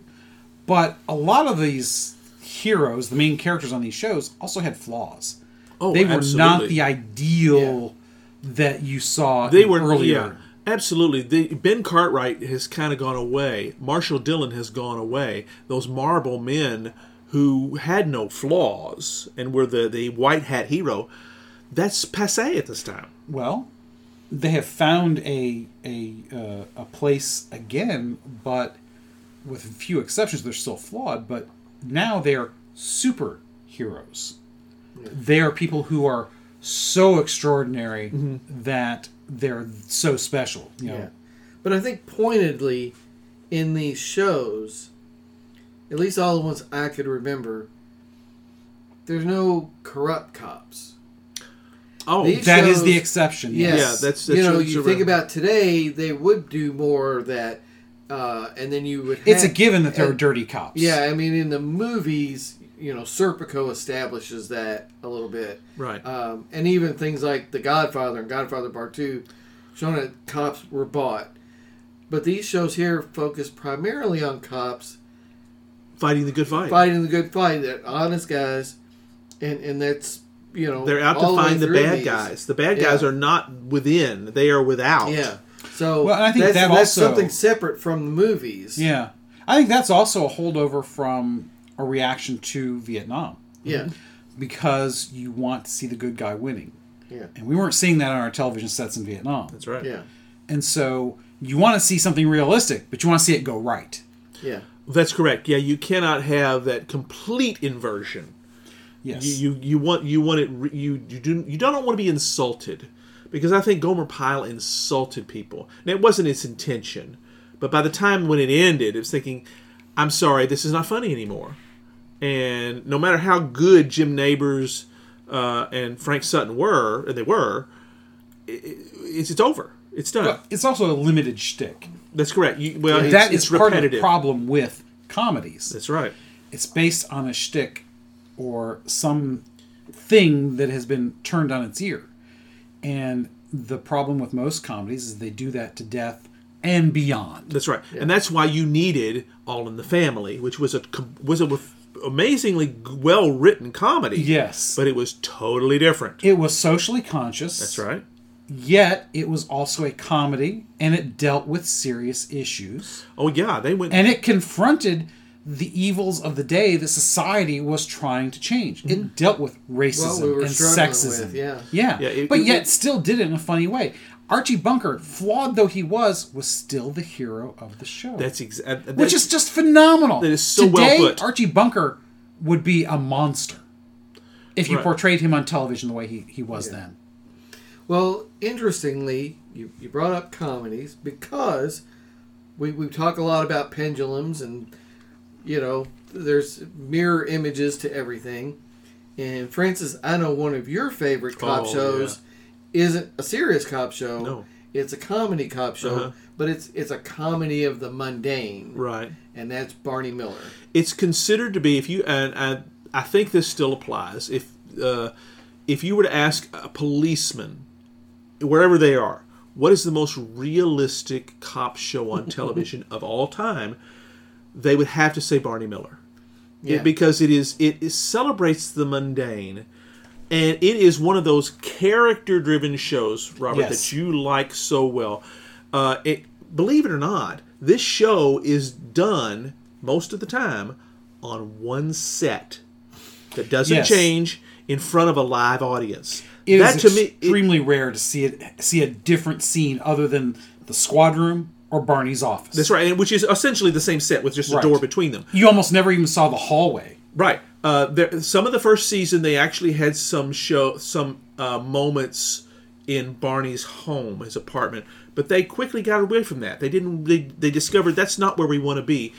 but a lot of these heroes, the main characters on these shows, also had flaws. oh they were not absolutely. the ideal that you saw. they in were earlier. yeah, absolutely the, ben cartwright has kind of gone away marshall dillon has gone away those marble men who had no flaws and were the, the white hat hero that's passe at this time Well, they have found a a uh, a place again, but with few exceptions, they're still flawed. But now they are superheroes. They are people who are so extraordinary that they're so special. You know? Mm-hmm. Yeah. But I think pointedly in these shows, at least all the ones I could remember, there's no corrupt cops. oh These That is shows- the exception. Yes. Yeah, that's- that's you know really you think surreal. about today they would do more of that, uh, and then you would. Have, It's a given that there are and- dirty cops. Yeah, I mean in the movies, you know, Serpico establishes that a little bit, right um, and even things like The Godfather and Godfather Part Two, showing that cops were bought. But these shows here focus primarily on cops fighting the good fight fighting the good fight. They're honest guys, and and that's you know They're out all to way find the through bad these. guys. The bad Yeah. guys are not within; they are without. Yeah. So Well, and I think that's, that that's also- something separate from the movies. Yeah. I think that's also a holdover from a reaction to Vietnam Yeah. because you want to see the good guy winning. Yeah. And we weren't seeing that on our television sets in Vietnam. that's right. Yeah. And so you want to see something realistic, but you want to see it go right. Yeah. That's correct. Yeah, you cannot have that complete inversion. Yes. You you, you want you want it. re- You you do you don't want to be insulted, because I think Gomer Pyle insulted people, and it wasn't its intention. But by the time when it ended, it was thinking, "I'm sorry, this is not funny anymore." And no matter how good Jim Neighbors uh, and Frank Sutton were, and they were, i i- it's it's over. It's done. But it's also a limited shtick. That's correct. You, well, it's, that is it's part of the repetitive. problem with comedies. That's right. it's based on a shtick or some thing that has been turned on its ear. And the problem with most comedies is they do that to death and beyond. That's right, and that's why you needed All in the Family, which was a com- was a with- amazingly well written comedy. Yes. but it was totally different. It was socially conscious. that's right. Yet it was also a comedy and it dealt with serious issues. Oh yeah, they went. And it confronted the evils of the day that society was trying to change. It dealt with racism Mm-hmm. Well, we were and struggling sexism. with, yeah. Yeah. Yeah, it- but it- yet still did it in a funny way. Archie Bunker, flawed though he was, was still the hero of the show. that's exactly which is just phenomenal. That is so well Today, put. Archie Bunker would be a monster if you Right. portrayed him on television the way he, he was then. Well, interestingly, you, you brought up comedies because we, we talk a lot about pendulums and, you know, there's mirror images to everything. And Francis, I know one of your favorite cop Oh, shows isn't a serious cop show. No. It's a comedy cop show, Uh-huh. but it's it's a comedy of the mundane. right. And that's Barney Miller. it's considered to be if you and I, I think this still applies if uh, if you were to ask a policeman wherever they are what is the most realistic cop <laughs> show on television of all time they would have to say Barney Miller Yeah. because it is it, it celebrates the mundane and it is one of those character driven shows robert Yes. that you like so well uh, it, believe it or not this show is done most of the time on one set that doesn't Yes. change in front of a live audience It is that to me it- extremely rare to see it see a different scene other than the squad room or Barney's office. that's right and which is essentially the same set with just a Right. door between them You almost never even saw the hallway. Right. Uh, there, some of the first season, they actually had some show, some uh, moments in Barney's home, his apartment, but they quickly got away from that. They didn't. They, they discovered that's not where we want to be.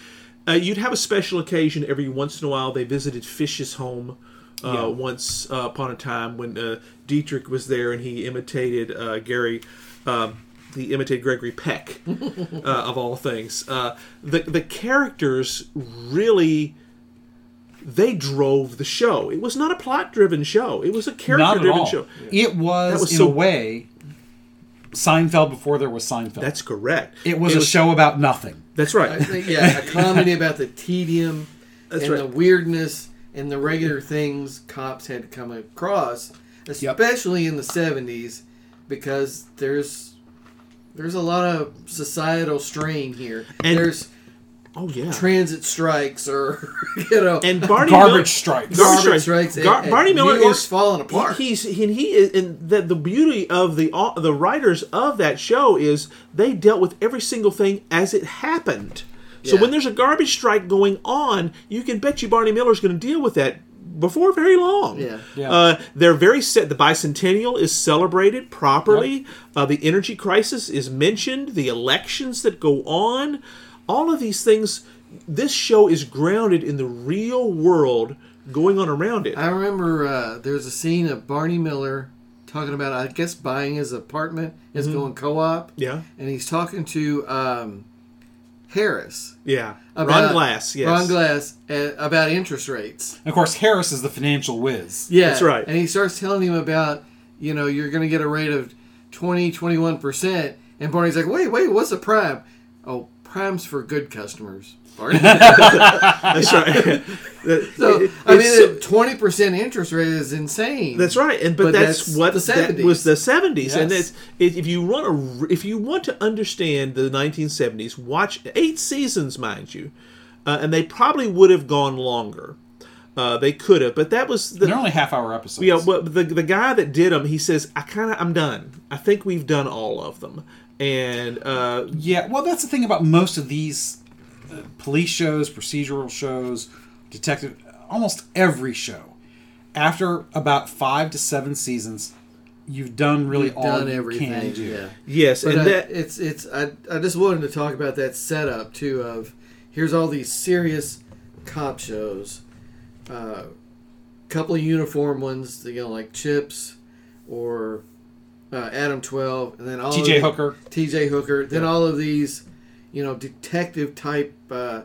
Uh, you'd have a special occasion every once in a while. They visited Fish's home uh, once uh, upon a time when uh, Dietrich was there and he imitated uh, Gary. Um, he imitated Gregory Peck, uh, of all things. Uh, the the characters really they drove the show. It was not a plot driven show. It was a Not character at all. driven show. It was, That was in so- a way Seinfeld before there was Seinfeld. That's correct. it was a show about nothing. <laughs> That's right. yeah, <laughs> a comedy about the tedium and right. the weirdness and the regular things cops had to come across, especially in the seventies, because there's there's a lot of societal strain here. And- there's Oh yeah. transit strikes or <laughs> you know and Barney Garbage Miller- strikes. Garbage, Garbage strikes. strikes. Gar- And- Barney and Miller New York's is falling apart. He's and he is and the, the beauty of the au- the writers of that show is they dealt with every single thing as it happened. So Yeah. when there's a garbage strike going on, you can bet you Barney Miller's going to deal with that before very long. Yeah. Yeah. Uh, they're very set. The bicentennial is celebrated properly. Uh, the energy crisis is mentioned. The elections that go on, all of these things. This show is grounded in the real world going on around it. I remember uh, there's a scene of Barney Miller talking about, I guess, buying his apartment. It's going co-op. Mm-hmm. Yeah. and he's talking to um, Harris. Yeah. about- Ron Glass. Yes. Ron Glass uh, about interest rates. And of course, Harris is the financial whiz. Yeah, That's right. And he starts telling him about, you know, you're going to get a rate of 20, 21 percent. And Barney's like, wait, wait, what's a prime? Oh, prime's for good customers. <laughs> Barney. <laughs> That's <laughs> right. That- so it- I it's so- mean, twenty percent interest rate is insane. that's right, and but, But that's, that's what the that was 70s. the seventies, and Yes. that's if if you want to r- if you want to understand the nineteen seventies, watch eight seasons, mind you, uh, and they probably would have gone longer. Uh, they could have, but that was the They're only half hour episodes. Yeah, but the the guy that did them, he says, "I kind of I'm done. I think we've done all of them." And uh, Yeah, well, that's the thing about most of these uh, police shows, procedural shows, detective, almost every show. After about five to seven seasons, you've done really all Done you can everything. do. Yeah. yes, But uh, and I, that it's it's I, I just wanted to talk about that setup too of here's all these serious cop shows, uh, couple of uniform ones you know like Chips or uh, Adam Twelve, and then all of the- T.J. Hooker. T.J. Hooker, then all of these you know detective type uh,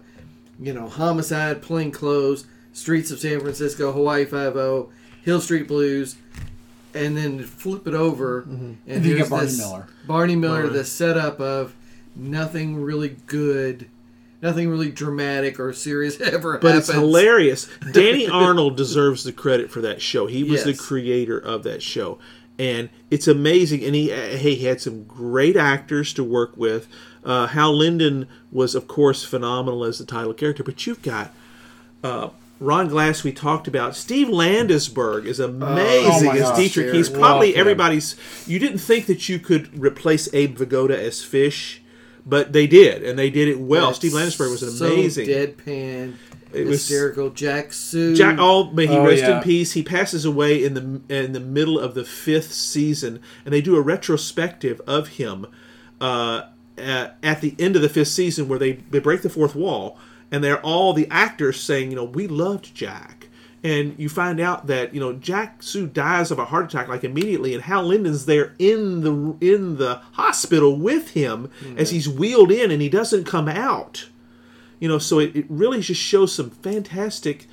you know homicide, plainclothes, streets of San Francisco, Hawaii Five O, Hill Street Blues. And then flip it over, and you here's Mm-hmm. get Barney this Miller. Barney Miller, Barney. the setup of nothing really good, nothing really dramatic or serious <laughs> ever But happens. it's hilarious. <laughs> Danny Arnold deserves the credit for that show. He was the Yes. creator of that show, and it's amazing. And he uh, he had some great actors to work with. Uh, Hal Linden was, of course, phenomenal as the title character. But you've got uh, Ron Glass. We talked about Steve Landisberg is amazing Oh my as gosh, Dietrich. dude. He's Love probably him. everybody's. You didn't think that you could replace Abe Vigoda as Fish. But they did, and they did it well. Steve Landisberg was an so amazing. deadpan, It was- hysterical. Jack Sue. Jack All may he Oh, rest yeah. in peace. He passes away in the in the middle of the fifth season, and they do a retrospective of him uh, at, at the end of the fifth season, where they they break the fourth wall, and they're all the actors saying, you know, we loved Jack. And you find out that you know Jack Sue dies of a heart attack like immediately, and Hal Linden's there in the in the hospital with him Hmm. as he's wheeled in, and he doesn't come out you know so it, it really just shows some fantastic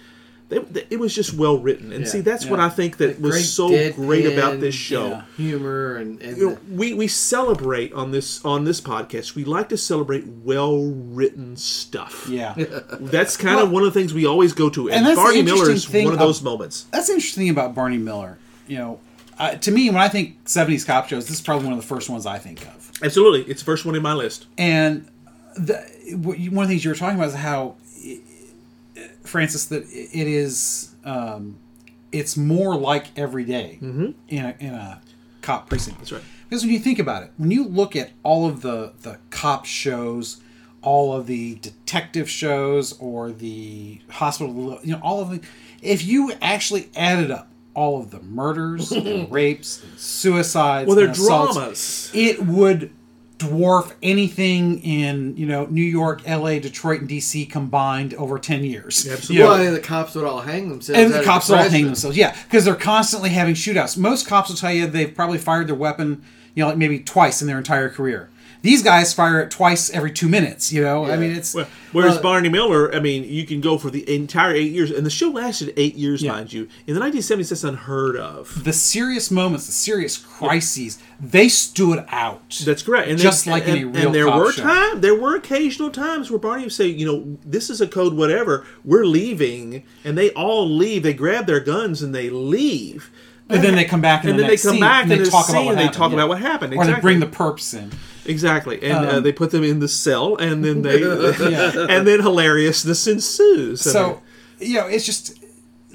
they, they- it was just well written and Yeah, see that's what yeah. i think Great that was so great about this deadpan show yeah. humor and, and you know, we, we celebrate on this on this podcast we like to celebrate well written stuff <laughs> Yeah. that's kind of one of the things we always go to and, and that's the barney miller interesting is thing one of of- those moments That's the interesting thing about Barney Miller. You know, uh, to me, when I think 70s cop shows, this is probably one of the first ones I think of. absolutely it's the first one in my list And the, what you, one of the things you were talking about is how, i- i- Francis, that i- it is, um, it's more like every day in a in a cop precinct. That's Mm-hmm. right. Because when you think about it, when you look at all of the the cop shows, all of the detective shows, or the hospital, you know, all of the, if you actually added up all of the murders, <laughs> and rapes, and suicides, well they're and assaults, dramas it would dwarf anything in you know New York, L.A., Detroit, and D.C. combined over ten years. Absolutely. You know, well, and the cops would all hang themselves. and out the of cops all hang depression. themselves, yeah, because they're constantly having shootouts. Most cops will tell you they've probably fired their weapon, you know, like maybe twice in their entire career. These guys fire it twice every two minutes. You know, I mean, it's Well, whereas Uh, Barney Miller, I mean, you can go for the entire eight years, and the show lasted eight years, mind you. In the 1970s, that's unheard of. the serious moments, the serious crises. They stood out. That's correct. And Just they- like in and, a real and there cop were show. time, there were occasional times where Barney would say, you know, this is a code, whatever. We're leaving, and they all leave. They grab their guns and they leave. and then they come back and, And the then they next come scene, back and in they the talk scene, about what they happened. talk yeah. about what happened, or they bring the perps exactly. in. Exactly, and uh, they put them in the cell, and then they, Um, <laughs> Yeah. <laughs> and then hilariousness ensues. I mean, So, you know, it's just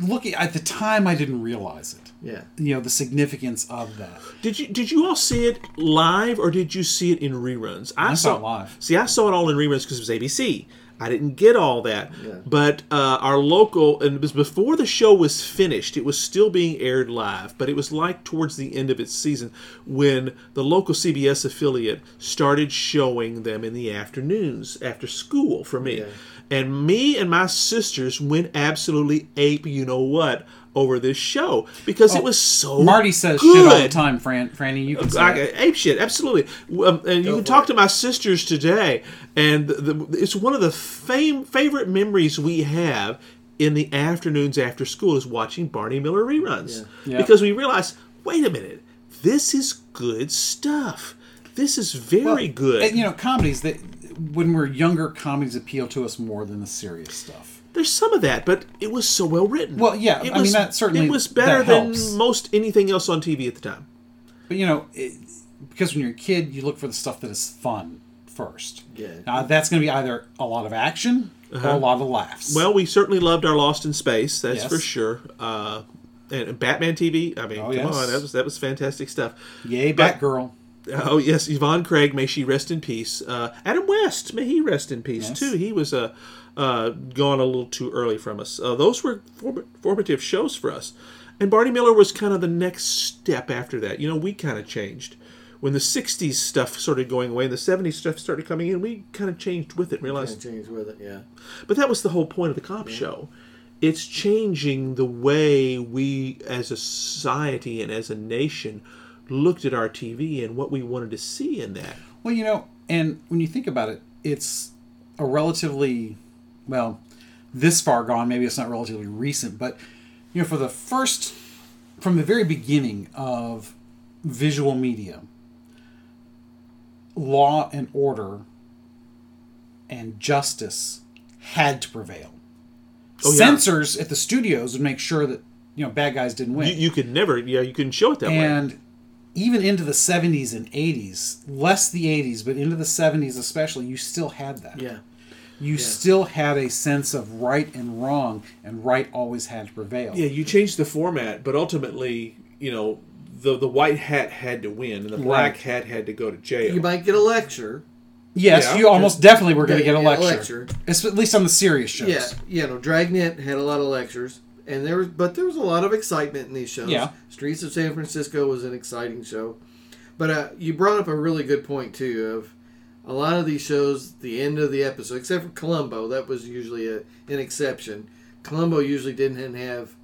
looking at the time I didn't realize it. Yeah. You know, the significance of that. Did you did you all see it live or did you see it in reruns? I, saw it live. See, I saw it all in reruns because it was ABC. I didn't get all that, but uh, our local and it was before the show was finished. It was still being aired live, but it was like towards the end of its season when the local CBS affiliate started showing them in the afternoons after school for me, and me and my sisters went absolutely ape. You know what? Over this show because it was so Oh, Marty says shit all the good. time, Fran, Franny. You can say Like it. ape shit, absolutely. Um, and you can for talk it. to my sisters today, and the, the, it's one of the fame, favorite memories we have in the afternoons after school is watching Barney Miller reruns Yeah. Yeah. because we realize, wait a minute, this is good stuff. This is very good. And, you know, comedies that when we're younger, comedies appeal to us more than the serious stuff. There's some of that, but it was so well written. Well, yeah, it I mean, that certainly- it was better that helps. than most anything else on TV at the time. But you know, it, because when you're a kid, you look for the stuff that is fun first. Yeah. Now that's going to be either a lot of action or a lot of laughs. Well, we certainly loved our Lost in Space, that's Yes. Oh, for sure. Uh, and and Batman TV, I mean, come yes. on, that was that was fantastic stuff. yay, but- Batgirl. Oh yes, Yvonne Craig, may she rest in peace. Uh, Adam West, may he rest in peace Yes. too. He was uh, uh, gone a little too early from us. Uh, those were form- formative shows for us, and Barney Miller was kind of the next step after that. You know, we kind of changed when the '60s stuff started going away and the '70s stuff started coming in. We kind of changed with it, and realized And change with it, yeah. but that was the whole point of the cop show. It's changing the way we as a society and as a nation looked at our TV and what we wanted to see in that. Well, you know, and when you think about it, it's a relatively, well, this far gone. Maybe it's not relatively recent, but you know, for the first, from the very beginning of visual media, Law and Order and justice had to prevail. Oh, yeah. Censors at the studios would make sure that you know bad guys didn't win. You, you could never, yeah, you couldn't show it that way. and even into the 70s and 80s, less the 80s, but into the 70s especially, you still had that. Yeah. You still had a sense of right and wrong, and right always had to prevail. Yeah, you changed the format, but ultimately, you know, the the white hat had to win, and the black Right. hat had to go to jail. You might get a lecture. Yes, Yeah. you almost definitely were going to Yeah, get a yeah, lecture. lecture. It's at least on the serious shows. Yeah, you know, Dragnet had a lot of lectures, and there was, but there was a lot of excitement in these shows. Yeah. Streets of San Francisco was an exciting show, but uh, you brought up a really good point too. Of a lot of these shows, the end of the episode, except for Columbo, that was usually a, an exception. Columbo usually didn't have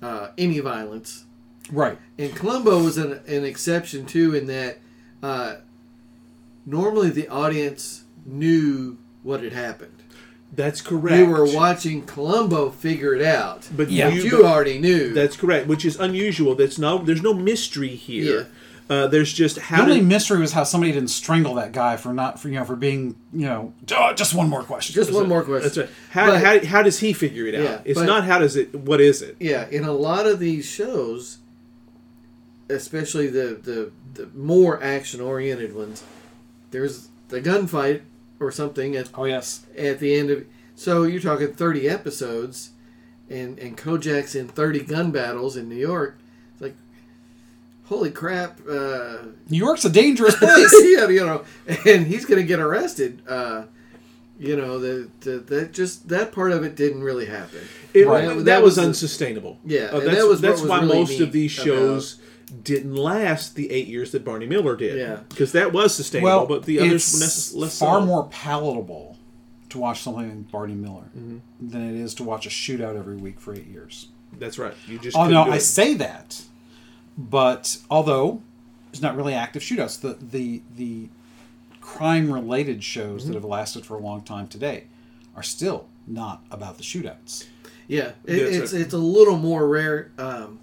uh, any violence, Right. and Columbo was an, an exception too in that uh, normally the audience knew what had happened. That's correct. We were watching Columbo figure it out. but Yeah. you, you, already knew. that's correct, which is unusual. That's no, there's no mystery here. Uh, there's just The how only did, mystery was how somebody didn't strangle that guy for not for you know for being you know "Oh, just one more question. Just one more question. that's right. How, But- how, how does he figure it out? Yeah, it's but- not how does it. What is it? Yeah, in a lot of these shows, especially the the, the more action oriented ones, there's the gunfight or something at, Oh yes. at the end of. So you're talking 30 episodes, and and Kojak's in 30 gun battles in New York. It's like, holy crap! Uh, <laughs> New York's a dangerous place. yeah, you know, and he's going to get arrested. Uh, you know, the, the, that just that part of it didn't really happen. It- Right. That, That was was the- unsustainable. Yeah, Uh, and that's that was what that's was why really most neat of these shows didn't last the eight years that Barney Miller did. Yeah. because that was sustainable, well, but the others were it's necess- less far so. more palatable to watch something like Barney Miller Mm-hmm. than it is to watch a shootout every week for eight years. That's right. You just Oh couldn't no, do I it. say that, but although it's not really active shootouts, the the the crime related shows Mm-hmm. that have lasted for a long time today are still not about the shootouts. Yeah, it, Yeah, it's so- it's a little more rare. Um,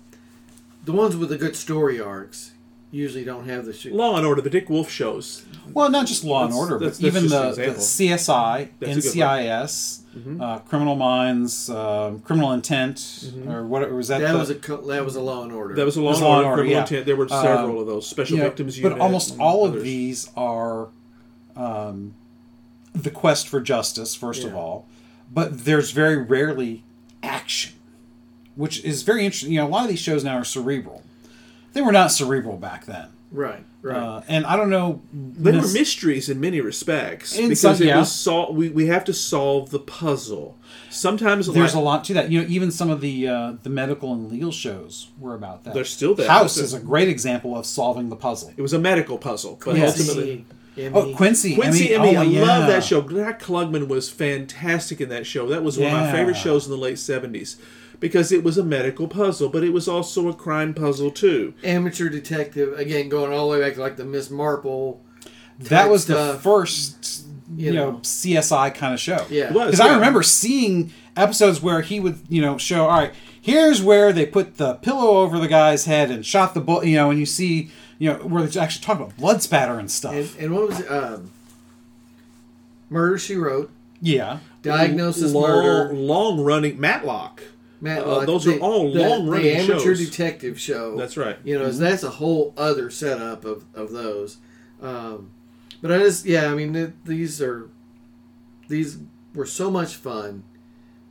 the ones with the good story arcs usually don't have the shoot. Law and Order, the Dick Wolf shows. Well, not just Law and That's- Order, that's- but that's even just an the, the example. CSI, That's a good NCIS, Mm-hmm. uh, Criminal Minds, um Criminal Intent, Mm-hmm. or whatever was that? that the- was a co- that was a Law and Order. That was a Law There's and Law Order. and Order, criminal yeah. Um, intent. There were several of those special you know, victims. but Unit almost and all of others. these are um, the quest for justice, first of Yeah. all, but there's very rarely action, which is very interesting. You know, a lot of these shows now are cerebral. They were not cerebral back then, right, right. uh, and I don't know. They were nes- mysteries in many respects In because some- it yeah. was sol- we, we have to solve the puzzle. Sometimes there's a like- lot to that. You know, even some of the uh, the medical and legal shows were about that. They're still that. House is a great example of solving the puzzle. it was a medical puzzle, but Yes. ultimately Emmy, Oh, Quincy, Quincy Emmy, Emmy, oh, I yeah. love that show. Jack Klugman was fantastic in that show. That was one of my Yeah. favorite shows in the late seventies because it was a medical puzzle, but it was also a crime puzzle too. amateur detective again, going all the way back to like the Miss Marple. That type was the stuff, first, you, you know, know. CSI kind of show. Yeah. It was Because yeah. I remember seeing episodes where he would, you know, show, all right, here's where they put the pillow over the guy's head and shot the bullet, you know, and you see, you know, where they actually talk about blood spatter and stuff. And, and what was it? Um, Murder She Wrote, yeah. Diagnosis long, Murder, long running Matlock. Matt Uh, Lodge, those are all long-running The amateur shows. detective show. That's right. Mm-hmm. You know, so that's a whole other setup of of those. Um, but I just, yeah, I mean, th these are these were so much fun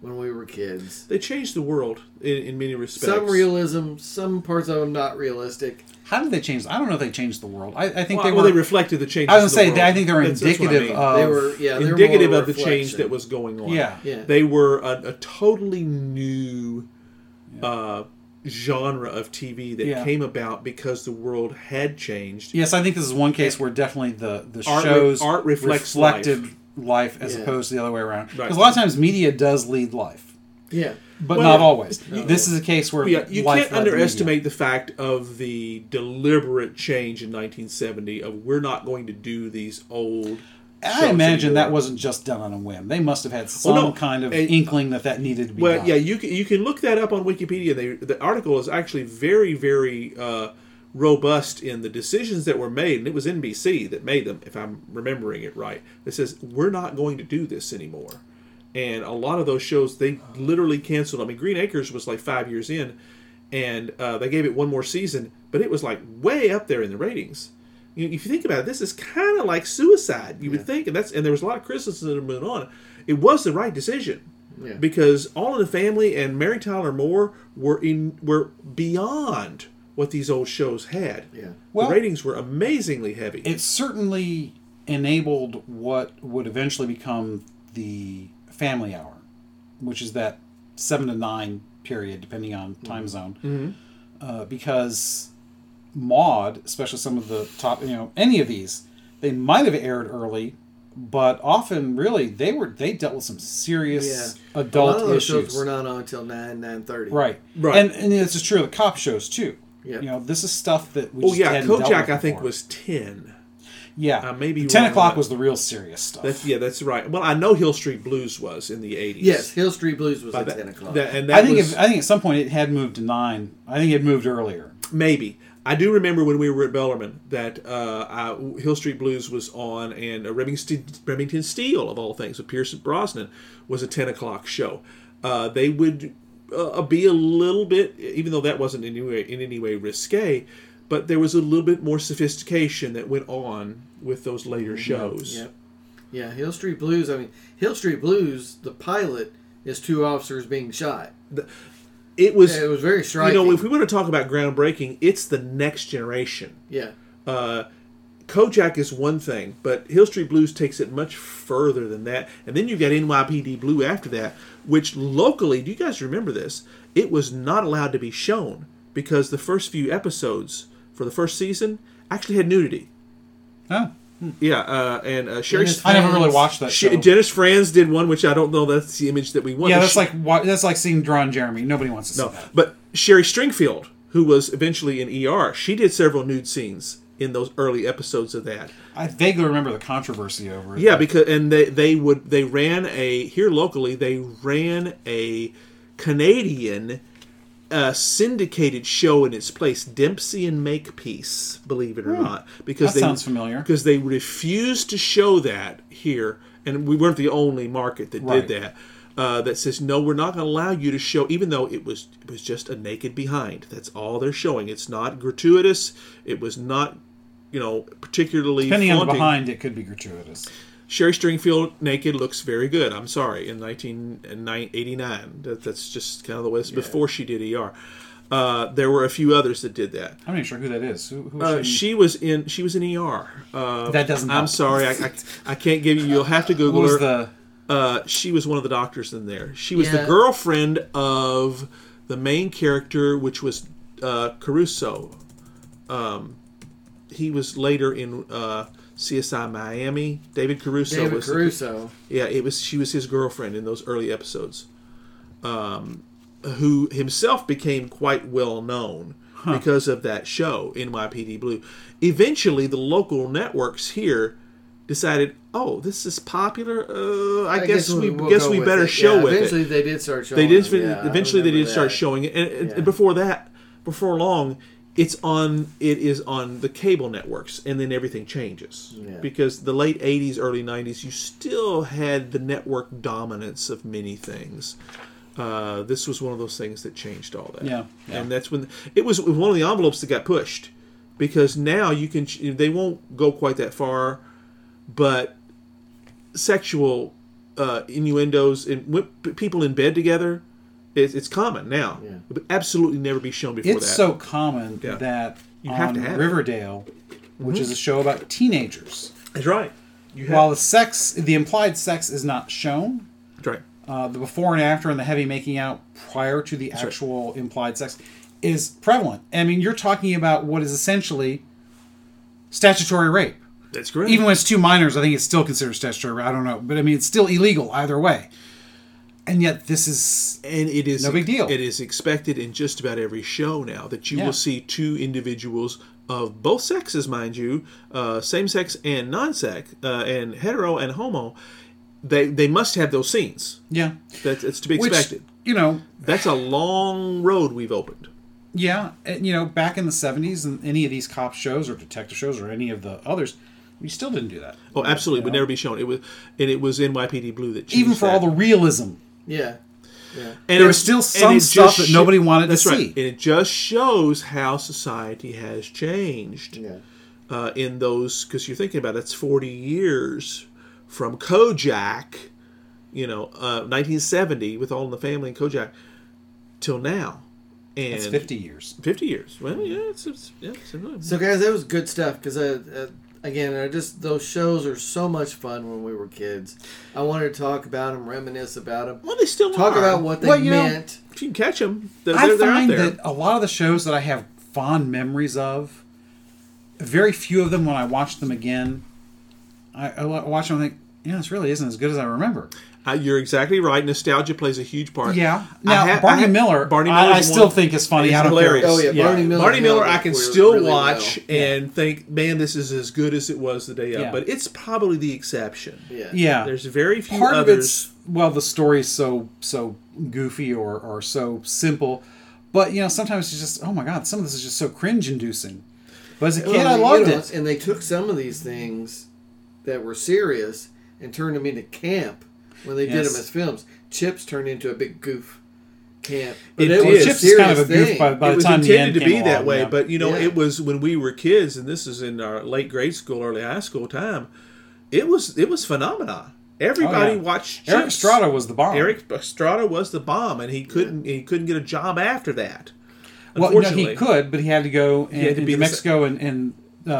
when we were kids. They changed the world in, in many respects. Some realism, some parts of them not realistic. How did they change? I don't know if they changed the world. I, I think Well, they well, were. they reflected the changes. I was in going to say, the they, I world. think they're That's- that's what I indicative mean. of. They were, yeah, they're indicative more of the change reflection. that was going on. Yeah. Yeah. They were a, a totally new uh, genre of TV that Yeah. came about because the world had changed. Yes, I think this is one case where definitely the the Art re- shows art reflects reflected life, as Yeah. opposed to the other way around. Because Right. a lot of times media does lead life, Yeah. but Well, not always. This is a case where Yeah, you life can't led the underestimate the fact of the deliberate change in 1970 of we're not going to do these old. media. shows I imagine anymore. that wasn't just done on a whim. They must have had some Well, no, kind of and- inkling that that needed to be Well, done. yeah, you can, you can look that up on Wikipedia. They, the article is actually very, very uh, robust in the decisions that were made, and it was NBC that made them, if I'm remembering it right. That says we're not going to do this anymore, and a lot of those shows they literally canceled. I mean, Green Acres was like five years in, and uh, they gave it one more season, but it was like way up there in the ratings. You if you think about it, this is kind of like suicide. You would think, and that's and there was a lot of criticism that went on. It was the right decision Yeah. because All in the Family and Mary Tyler Moore were in were beyond what these old shows had. Yeah. Well- the ratings were amazingly heavy. it certainly enabled what would eventually become the family hour, which is that seven to nine period, depending on Mm-hmm. time zone. Uh, because Maud, especially some of the top, you know, any of these, they might have aired early, but often really they were they dealt with some serious Yeah. a adult lot of those issues. shows were not on until nine nine thirty. Right. Right. And and this is true of the cop shows too. Yeah. You know, this is stuff that we oh just yeah, hadn't dealt Kojak with I think before. was ten. yeah uh, maybe The ten wrong o'clock on was the real serious stuff. That's yeah, that's right. Well, I know Hill Street Blues was in the eighties. Yes, Hill Street Blues was at that, ten o'clock. that- and that I think was, if, I think at some point it had moved to nine. I think it moved earlier. Maybe. I do remember when we were at Bellarmine that uh, I, Hill Street Blues was on, and uh, Remington, Remington Steele, of all things, with Pierce Brosnan, was a 10 o'clock show. Uh, they would uh, be a little bit, even though that wasn't in any, way, in any way risque, but there was a little bit more sophistication that went on with those later shows. Yep. Yeah, Hill Street Blues. I mean, Hill Street Blues. The pilot is two officers being shot. It was, It was very you striking. know, if we want to talk about groundbreaking, it's the next generation. yeah, Kojak is one thing, but Hill Street Blues takes it much further than that. And then you've got NYPD Blue after that, which locally, do you guys remember this? It was not allowed to be shown because the first few episodes for the first season actually had nudity. Oh, Yeah, uh, and uh, Sherry. Dennis- I never really watched that She, show. Dennis Franz did one, which I don't know. That's the image that we want. yeah, But that's she- like wa- that's like seeing Drawn Jeremy. Nobody wants to see no. that. But Sherry Stringfield, who was eventually in ER, she did several nude scenes in those early episodes of that. I vaguely remember the controversy over it. Yeah, because and they they would they ran a here locally they ran a Canadian uh, syndicated show in its place, Dempsey and Makepeace, believe it or not, because Hmm. That they sounds familiar. because they refused to show that here, and we weren't the only market that Right. did that. Uh, that says no, we're not going to allow you to show, even though it was it was just a naked behind. That's all they're showing. It's not gratuitous. It was not, you know, particularly Depending on the flaunting. behind, it could be gratuitous. Sherry Stringfield naked looks very good. I'm sorry, in 1989. That, that's just kind of the way it's before she did ER. Uh, there were a few others that did that. I'm not even sure who that is. Who, who Uh, she- she was in. She was in ER. Uh, That doesn't I'm help. sorry. I, I, I can't give you. You'll have to who Google was her. the? uh, she was one of the doctors in there. She was the Yeah. girlfriend of the main character, which was uh, Caruso. Um, he was later in uh, CSI Miami. David Caruso David was the- Caruso. yeah, it was she was his girlfriend in those early episodes, um, who himself became quite well known because of that show NYPD Blue. Eventually, the local networks here decided, oh, this is popular. Uh, I, guess, we we'll guess go we with better it. show yeah, with it. eventually they did start showing. They did. them. Yeah, I eventually, they did remember start that. showing it, and, and Yeah. before that, before long, it's on. It is on the cable networks, and then everything changes Yeah. because the late '80s, early '90s, you still had the network dominance of many things. Uh, this was one of those things that changed all that. Yeah, yeah. and that's when it was one of the envelopes that got pushed because now you can. They won't go quite that far, but sexual uh, innuendos and wi- p- people in bed together, it's, it's common now. Yeah. It would absolutely never be shown before It's that. so common Yeah. that You on have to have it. Riverdale, which is a show about teenagers, That's right. You have, while the sex, the implied sex, is not shown, that's right. uh, the before and after and the heavy making out prior to the actual implied sex is prevalent. I mean, you're talking about what is essentially statutory rape. That's great. Even when it's two minors, I think it's still considered statutory rape. I don't know. But I mean, it's still illegal either way. And yet, this is. and it is No big deal. It is expected in just about every show now that you Yeah. will see two individuals of both sexes, mind you, uh, same sex and non-sex, uh, and hetero and homo. They they must have those scenes. Yeah. That's it's to be Which, expected. you know, That's a long road we've opened. Yeah, and, you know, back in the '70s, and any of these cop shows or detective shows or any of the others, we still didn't do that. Oh, absolutely, would never be shown. It was, and it was NYPD Blue that Even changed for that. all the realism, Yeah. Yeah. and there it was still and some it just stuff that sho- nobody wanted to That's right. see. And it just shows how society has changed. Yeah. uh, in those because you're thinking about it, it's 40 years from Kojak, you know, uh, 1970 with All in the Family and Kojak till now, and It's 50 years. 50 years. Well, yeah, it's, it's yeah, it's another- So guys, that was good stuff because uh, uh, again, I just those shows are so much fun when we were kids. I wanted to talk about them, reminisce about them, well, they still talk are. about what they Well, you know- meant. if you can catch them, they're, I they're, they're out find there. that a lot of the shows that I have fond memories of, very few of them when I watch them again, I, I wa- watch them and think, yeah, this really isn't as good as I remember. Uh, you're exactly right. Nostalgia plays a huge part. Yeah. I Now, ha- I Barney ha- Miller, Barney I, I Miller's still one- think is funny. It's I don't hilarious. care. Oh yeah, Yeah. Barney Miller. Barney held Miller, it I can really still well. watch and think, man, this is as good as it was the day of. Yeah. But it's probably the exception. Yeah. Oh, Yeah. There's very few part of others. it's well the story is so so goofy or or so simple but you know sometimes it's just oh my god some of this is just so cringe inducing but as a kid Well, i you loved know, it And they took some of these things that were serious and turned them into camp when they did Yes. them as films. Chips turned into a big goof camp. It was did. a chips is kind of a serious goof by, thing. by it the was time the intended end to came be that along, way, yeah. but you know, Yeah. it was when we were kids, and this is in our late grade school, early high school time. It was it was phenomena. Everybody Oh, yeah. watched eric Chips. estrada was the bomb Eric Estrada was the bomb, and he couldn't he couldn't get a job after that. well no, unfortunately, he could but he had to go and, had to into be the- mexico and, and uh,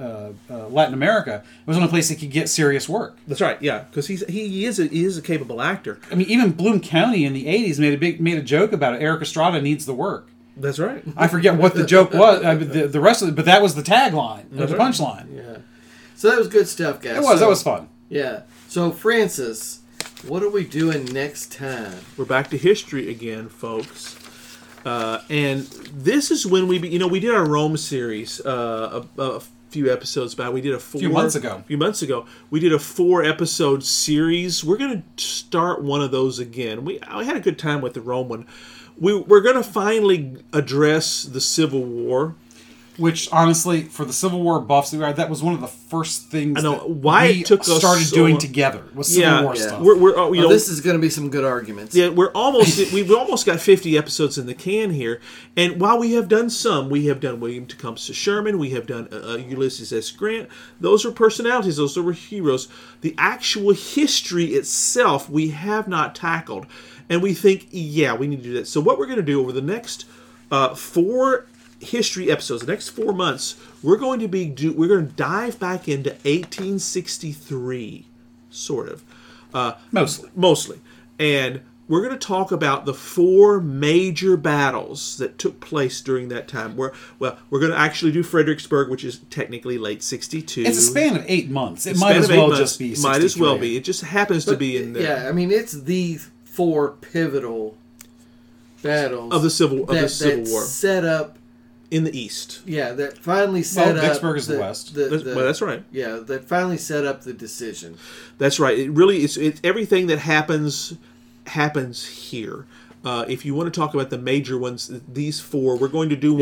uh, uh, latin america it was the only place he could get serious work That's right, yeah, because he's he is a, he is a capable actor. i mean even bloom county in the 80s made a big made a joke about it eric estrada needs the work That's right. I forget what the <laughs> joke was. I mean, the, the rest of it, but that was the tagline, or Uh-huh. the punchline. Yeah. So that was good stuff, guys. It was. So- That was fun. Yeah. So Francis, what are we doing next time? We're back to history again, folks. Uh, and this is when we, be, you know, we did our Rome series uh, a, a few episodes back. We did a four Few months ago. Few months ago, we did a four episode series. We're gonna start one of those again. We I had a good time with the Rome one. We we're gonna finally address the Civil War. Which honestly, for the Civil War buffs, we are- that was one of the first things I know that why we it took us started so doing long. together was Civil yeah, War yeah. stuff. we're, we're oh, you Well, know this is going to be some good arguments. Yeah, we're almost we've almost got 50 episodes in the can here, and while we have done some, we have done William Tecumseh Sherman, we have done uh, uh, Ulysses S. Grant. Those are personalities; those are heroes. The actual history itself we have not tackled, and we think, yeah, we need to do that. So what we're going to do over the next uh, four history episodes, the next four months, we're going to be do we're going to dive back into 1863, sort of. Uh, Mostly. mostly. And we're going to talk about the four major battles that took place during that time. We're well, we're going to actually do Fredericksburg, which is technically late '62. It's a span of eight months. It Mm-hmm. Span might as of eight well months. just be. Might as well 63. be. It just happens to be in there. Yeah, I mean it's the four pivotal battles Of the Civil- of the Civil that War. set up. in the East. Yeah, that finally set up. Vicksburg is the west. the- That's- the- well, that's right. Yeah, that finally set up the decision. That's right. It really is. It's everything that happens happens here. Uh, if you want to talk about the major ones, these four, we're going to do Yes.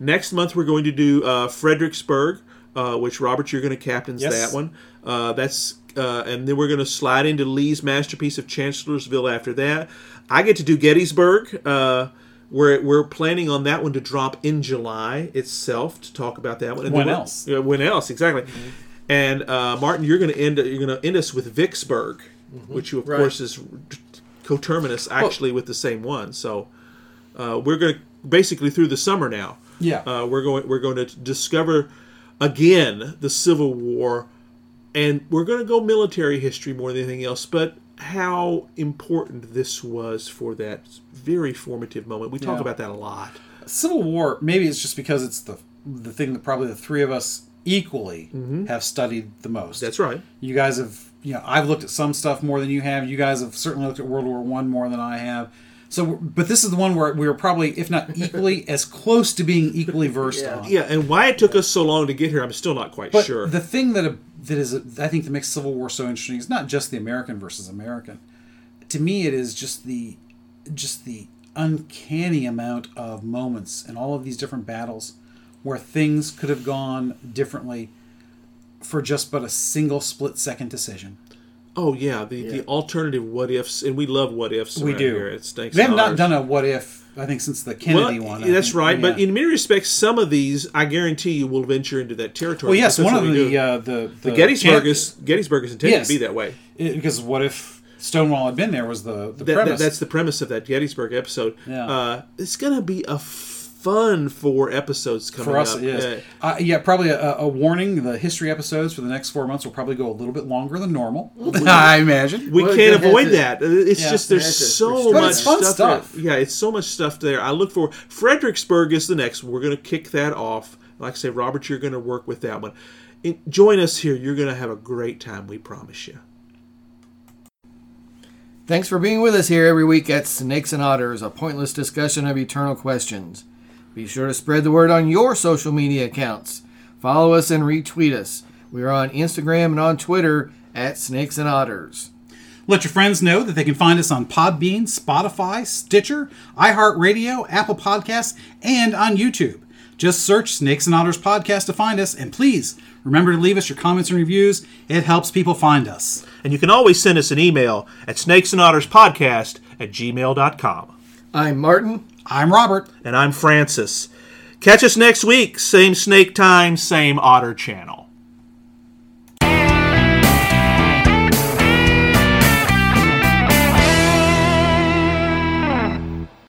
one next month. We're going to do uh, Fredericksburg, uh, which Robert, you're going to captain's Yes. that one. Uh, that's uh, and then we're going to slide into Lee's masterpiece of Chancellorsville. After that, I get to do Gettysburg. Uh, we're, we're planning on that one to drop in July itself to talk about that one. And When then we're- else? Mm-hmm. yeah, when else? Exactly. And uh, Martin, you're going to end. You're going to end us with Vicksburg, Mm-hmm. which you of Right. course is coterminous actually with the same one. So uh, we're going to basically through the summer now. Yeah. Uh, we're going. We're going to discover again the Civil War, and we're going to go military history more than anything else. But how important this was for that very formative moment. We talk Yeah. about that a lot. Civil War. Maybe it's just because it's the the thing that probably the three of us equally have studied the most. That's right. You guys have, you know, I've looked at some stuff more than you have. You guys have certainly looked at World War One more than I have. So, but this is the one where we were probably, if not equally, <laughs> as close to being equally versed Yeah. on. Yeah, and why it took us so long to get here, I'm still not quite But sure. the thing that that is, I think, that makes Civil War so interesting is not just the American versus American. To me, it is just the just the uncanny amount of moments in all of these different battles where things could have gone differently for just but a single split second decision. Oh yeah, the, the alternative what ifs, and we love what ifs. We around do. Here. It stinks. They have not dollars. done a what if, I think, since the Kennedy Well, one. I that's think. right. But Yeah. in many respects, some of these, I guarantee you, will venture into that territory. well, yes, because one that's of what we the, do. uh, the the Gettysburg yeah, is Gettysburg is intended Yes. to be that way. it- because what if Stonewall had been there was the the That- that- premise. that's the premise of that Gettysburg episode. Yeah. Uh, it's gonna be a fun four episodes coming for us, up. it is. Uh, Uh, yeah, probably a, a warning. The history episodes for the next four months will probably go a little bit longer than <laughs> normal. I imagine. we Well, can't they had avoid to- that. It's Yeah, just they there's had to so restrict much But it's fun stuff. stuff. There. Yeah, it's so much stuff there. I look for Fredericksburg is the next. We're gonna kick that off. Like I say, Robert, you're gonna work with that one. And join us here. You're gonna have a great time. We promise you. Thanks for being with us here every week at Snakes and Otters, a pointless discussion of eternal questions. Be sure to spread the word on your social media accounts. Follow us and retweet us. We are on Instagram and on Twitter at Snakes and Otters. Let your friends know that they can find us on Podbean, Spotify, Stitcher, iHeartRadio, Apple Podcasts, and on YouTube. Just search Snakes and Otters Podcast to find us, and please remember to leave us your comments and reviews. It helps people find us. And you can always send us an email at snakesandotterspodcast at gmail.com. I'm Martin. I'm Robert. And I'm Francis. Catch us next week, same snake time, same otter channel.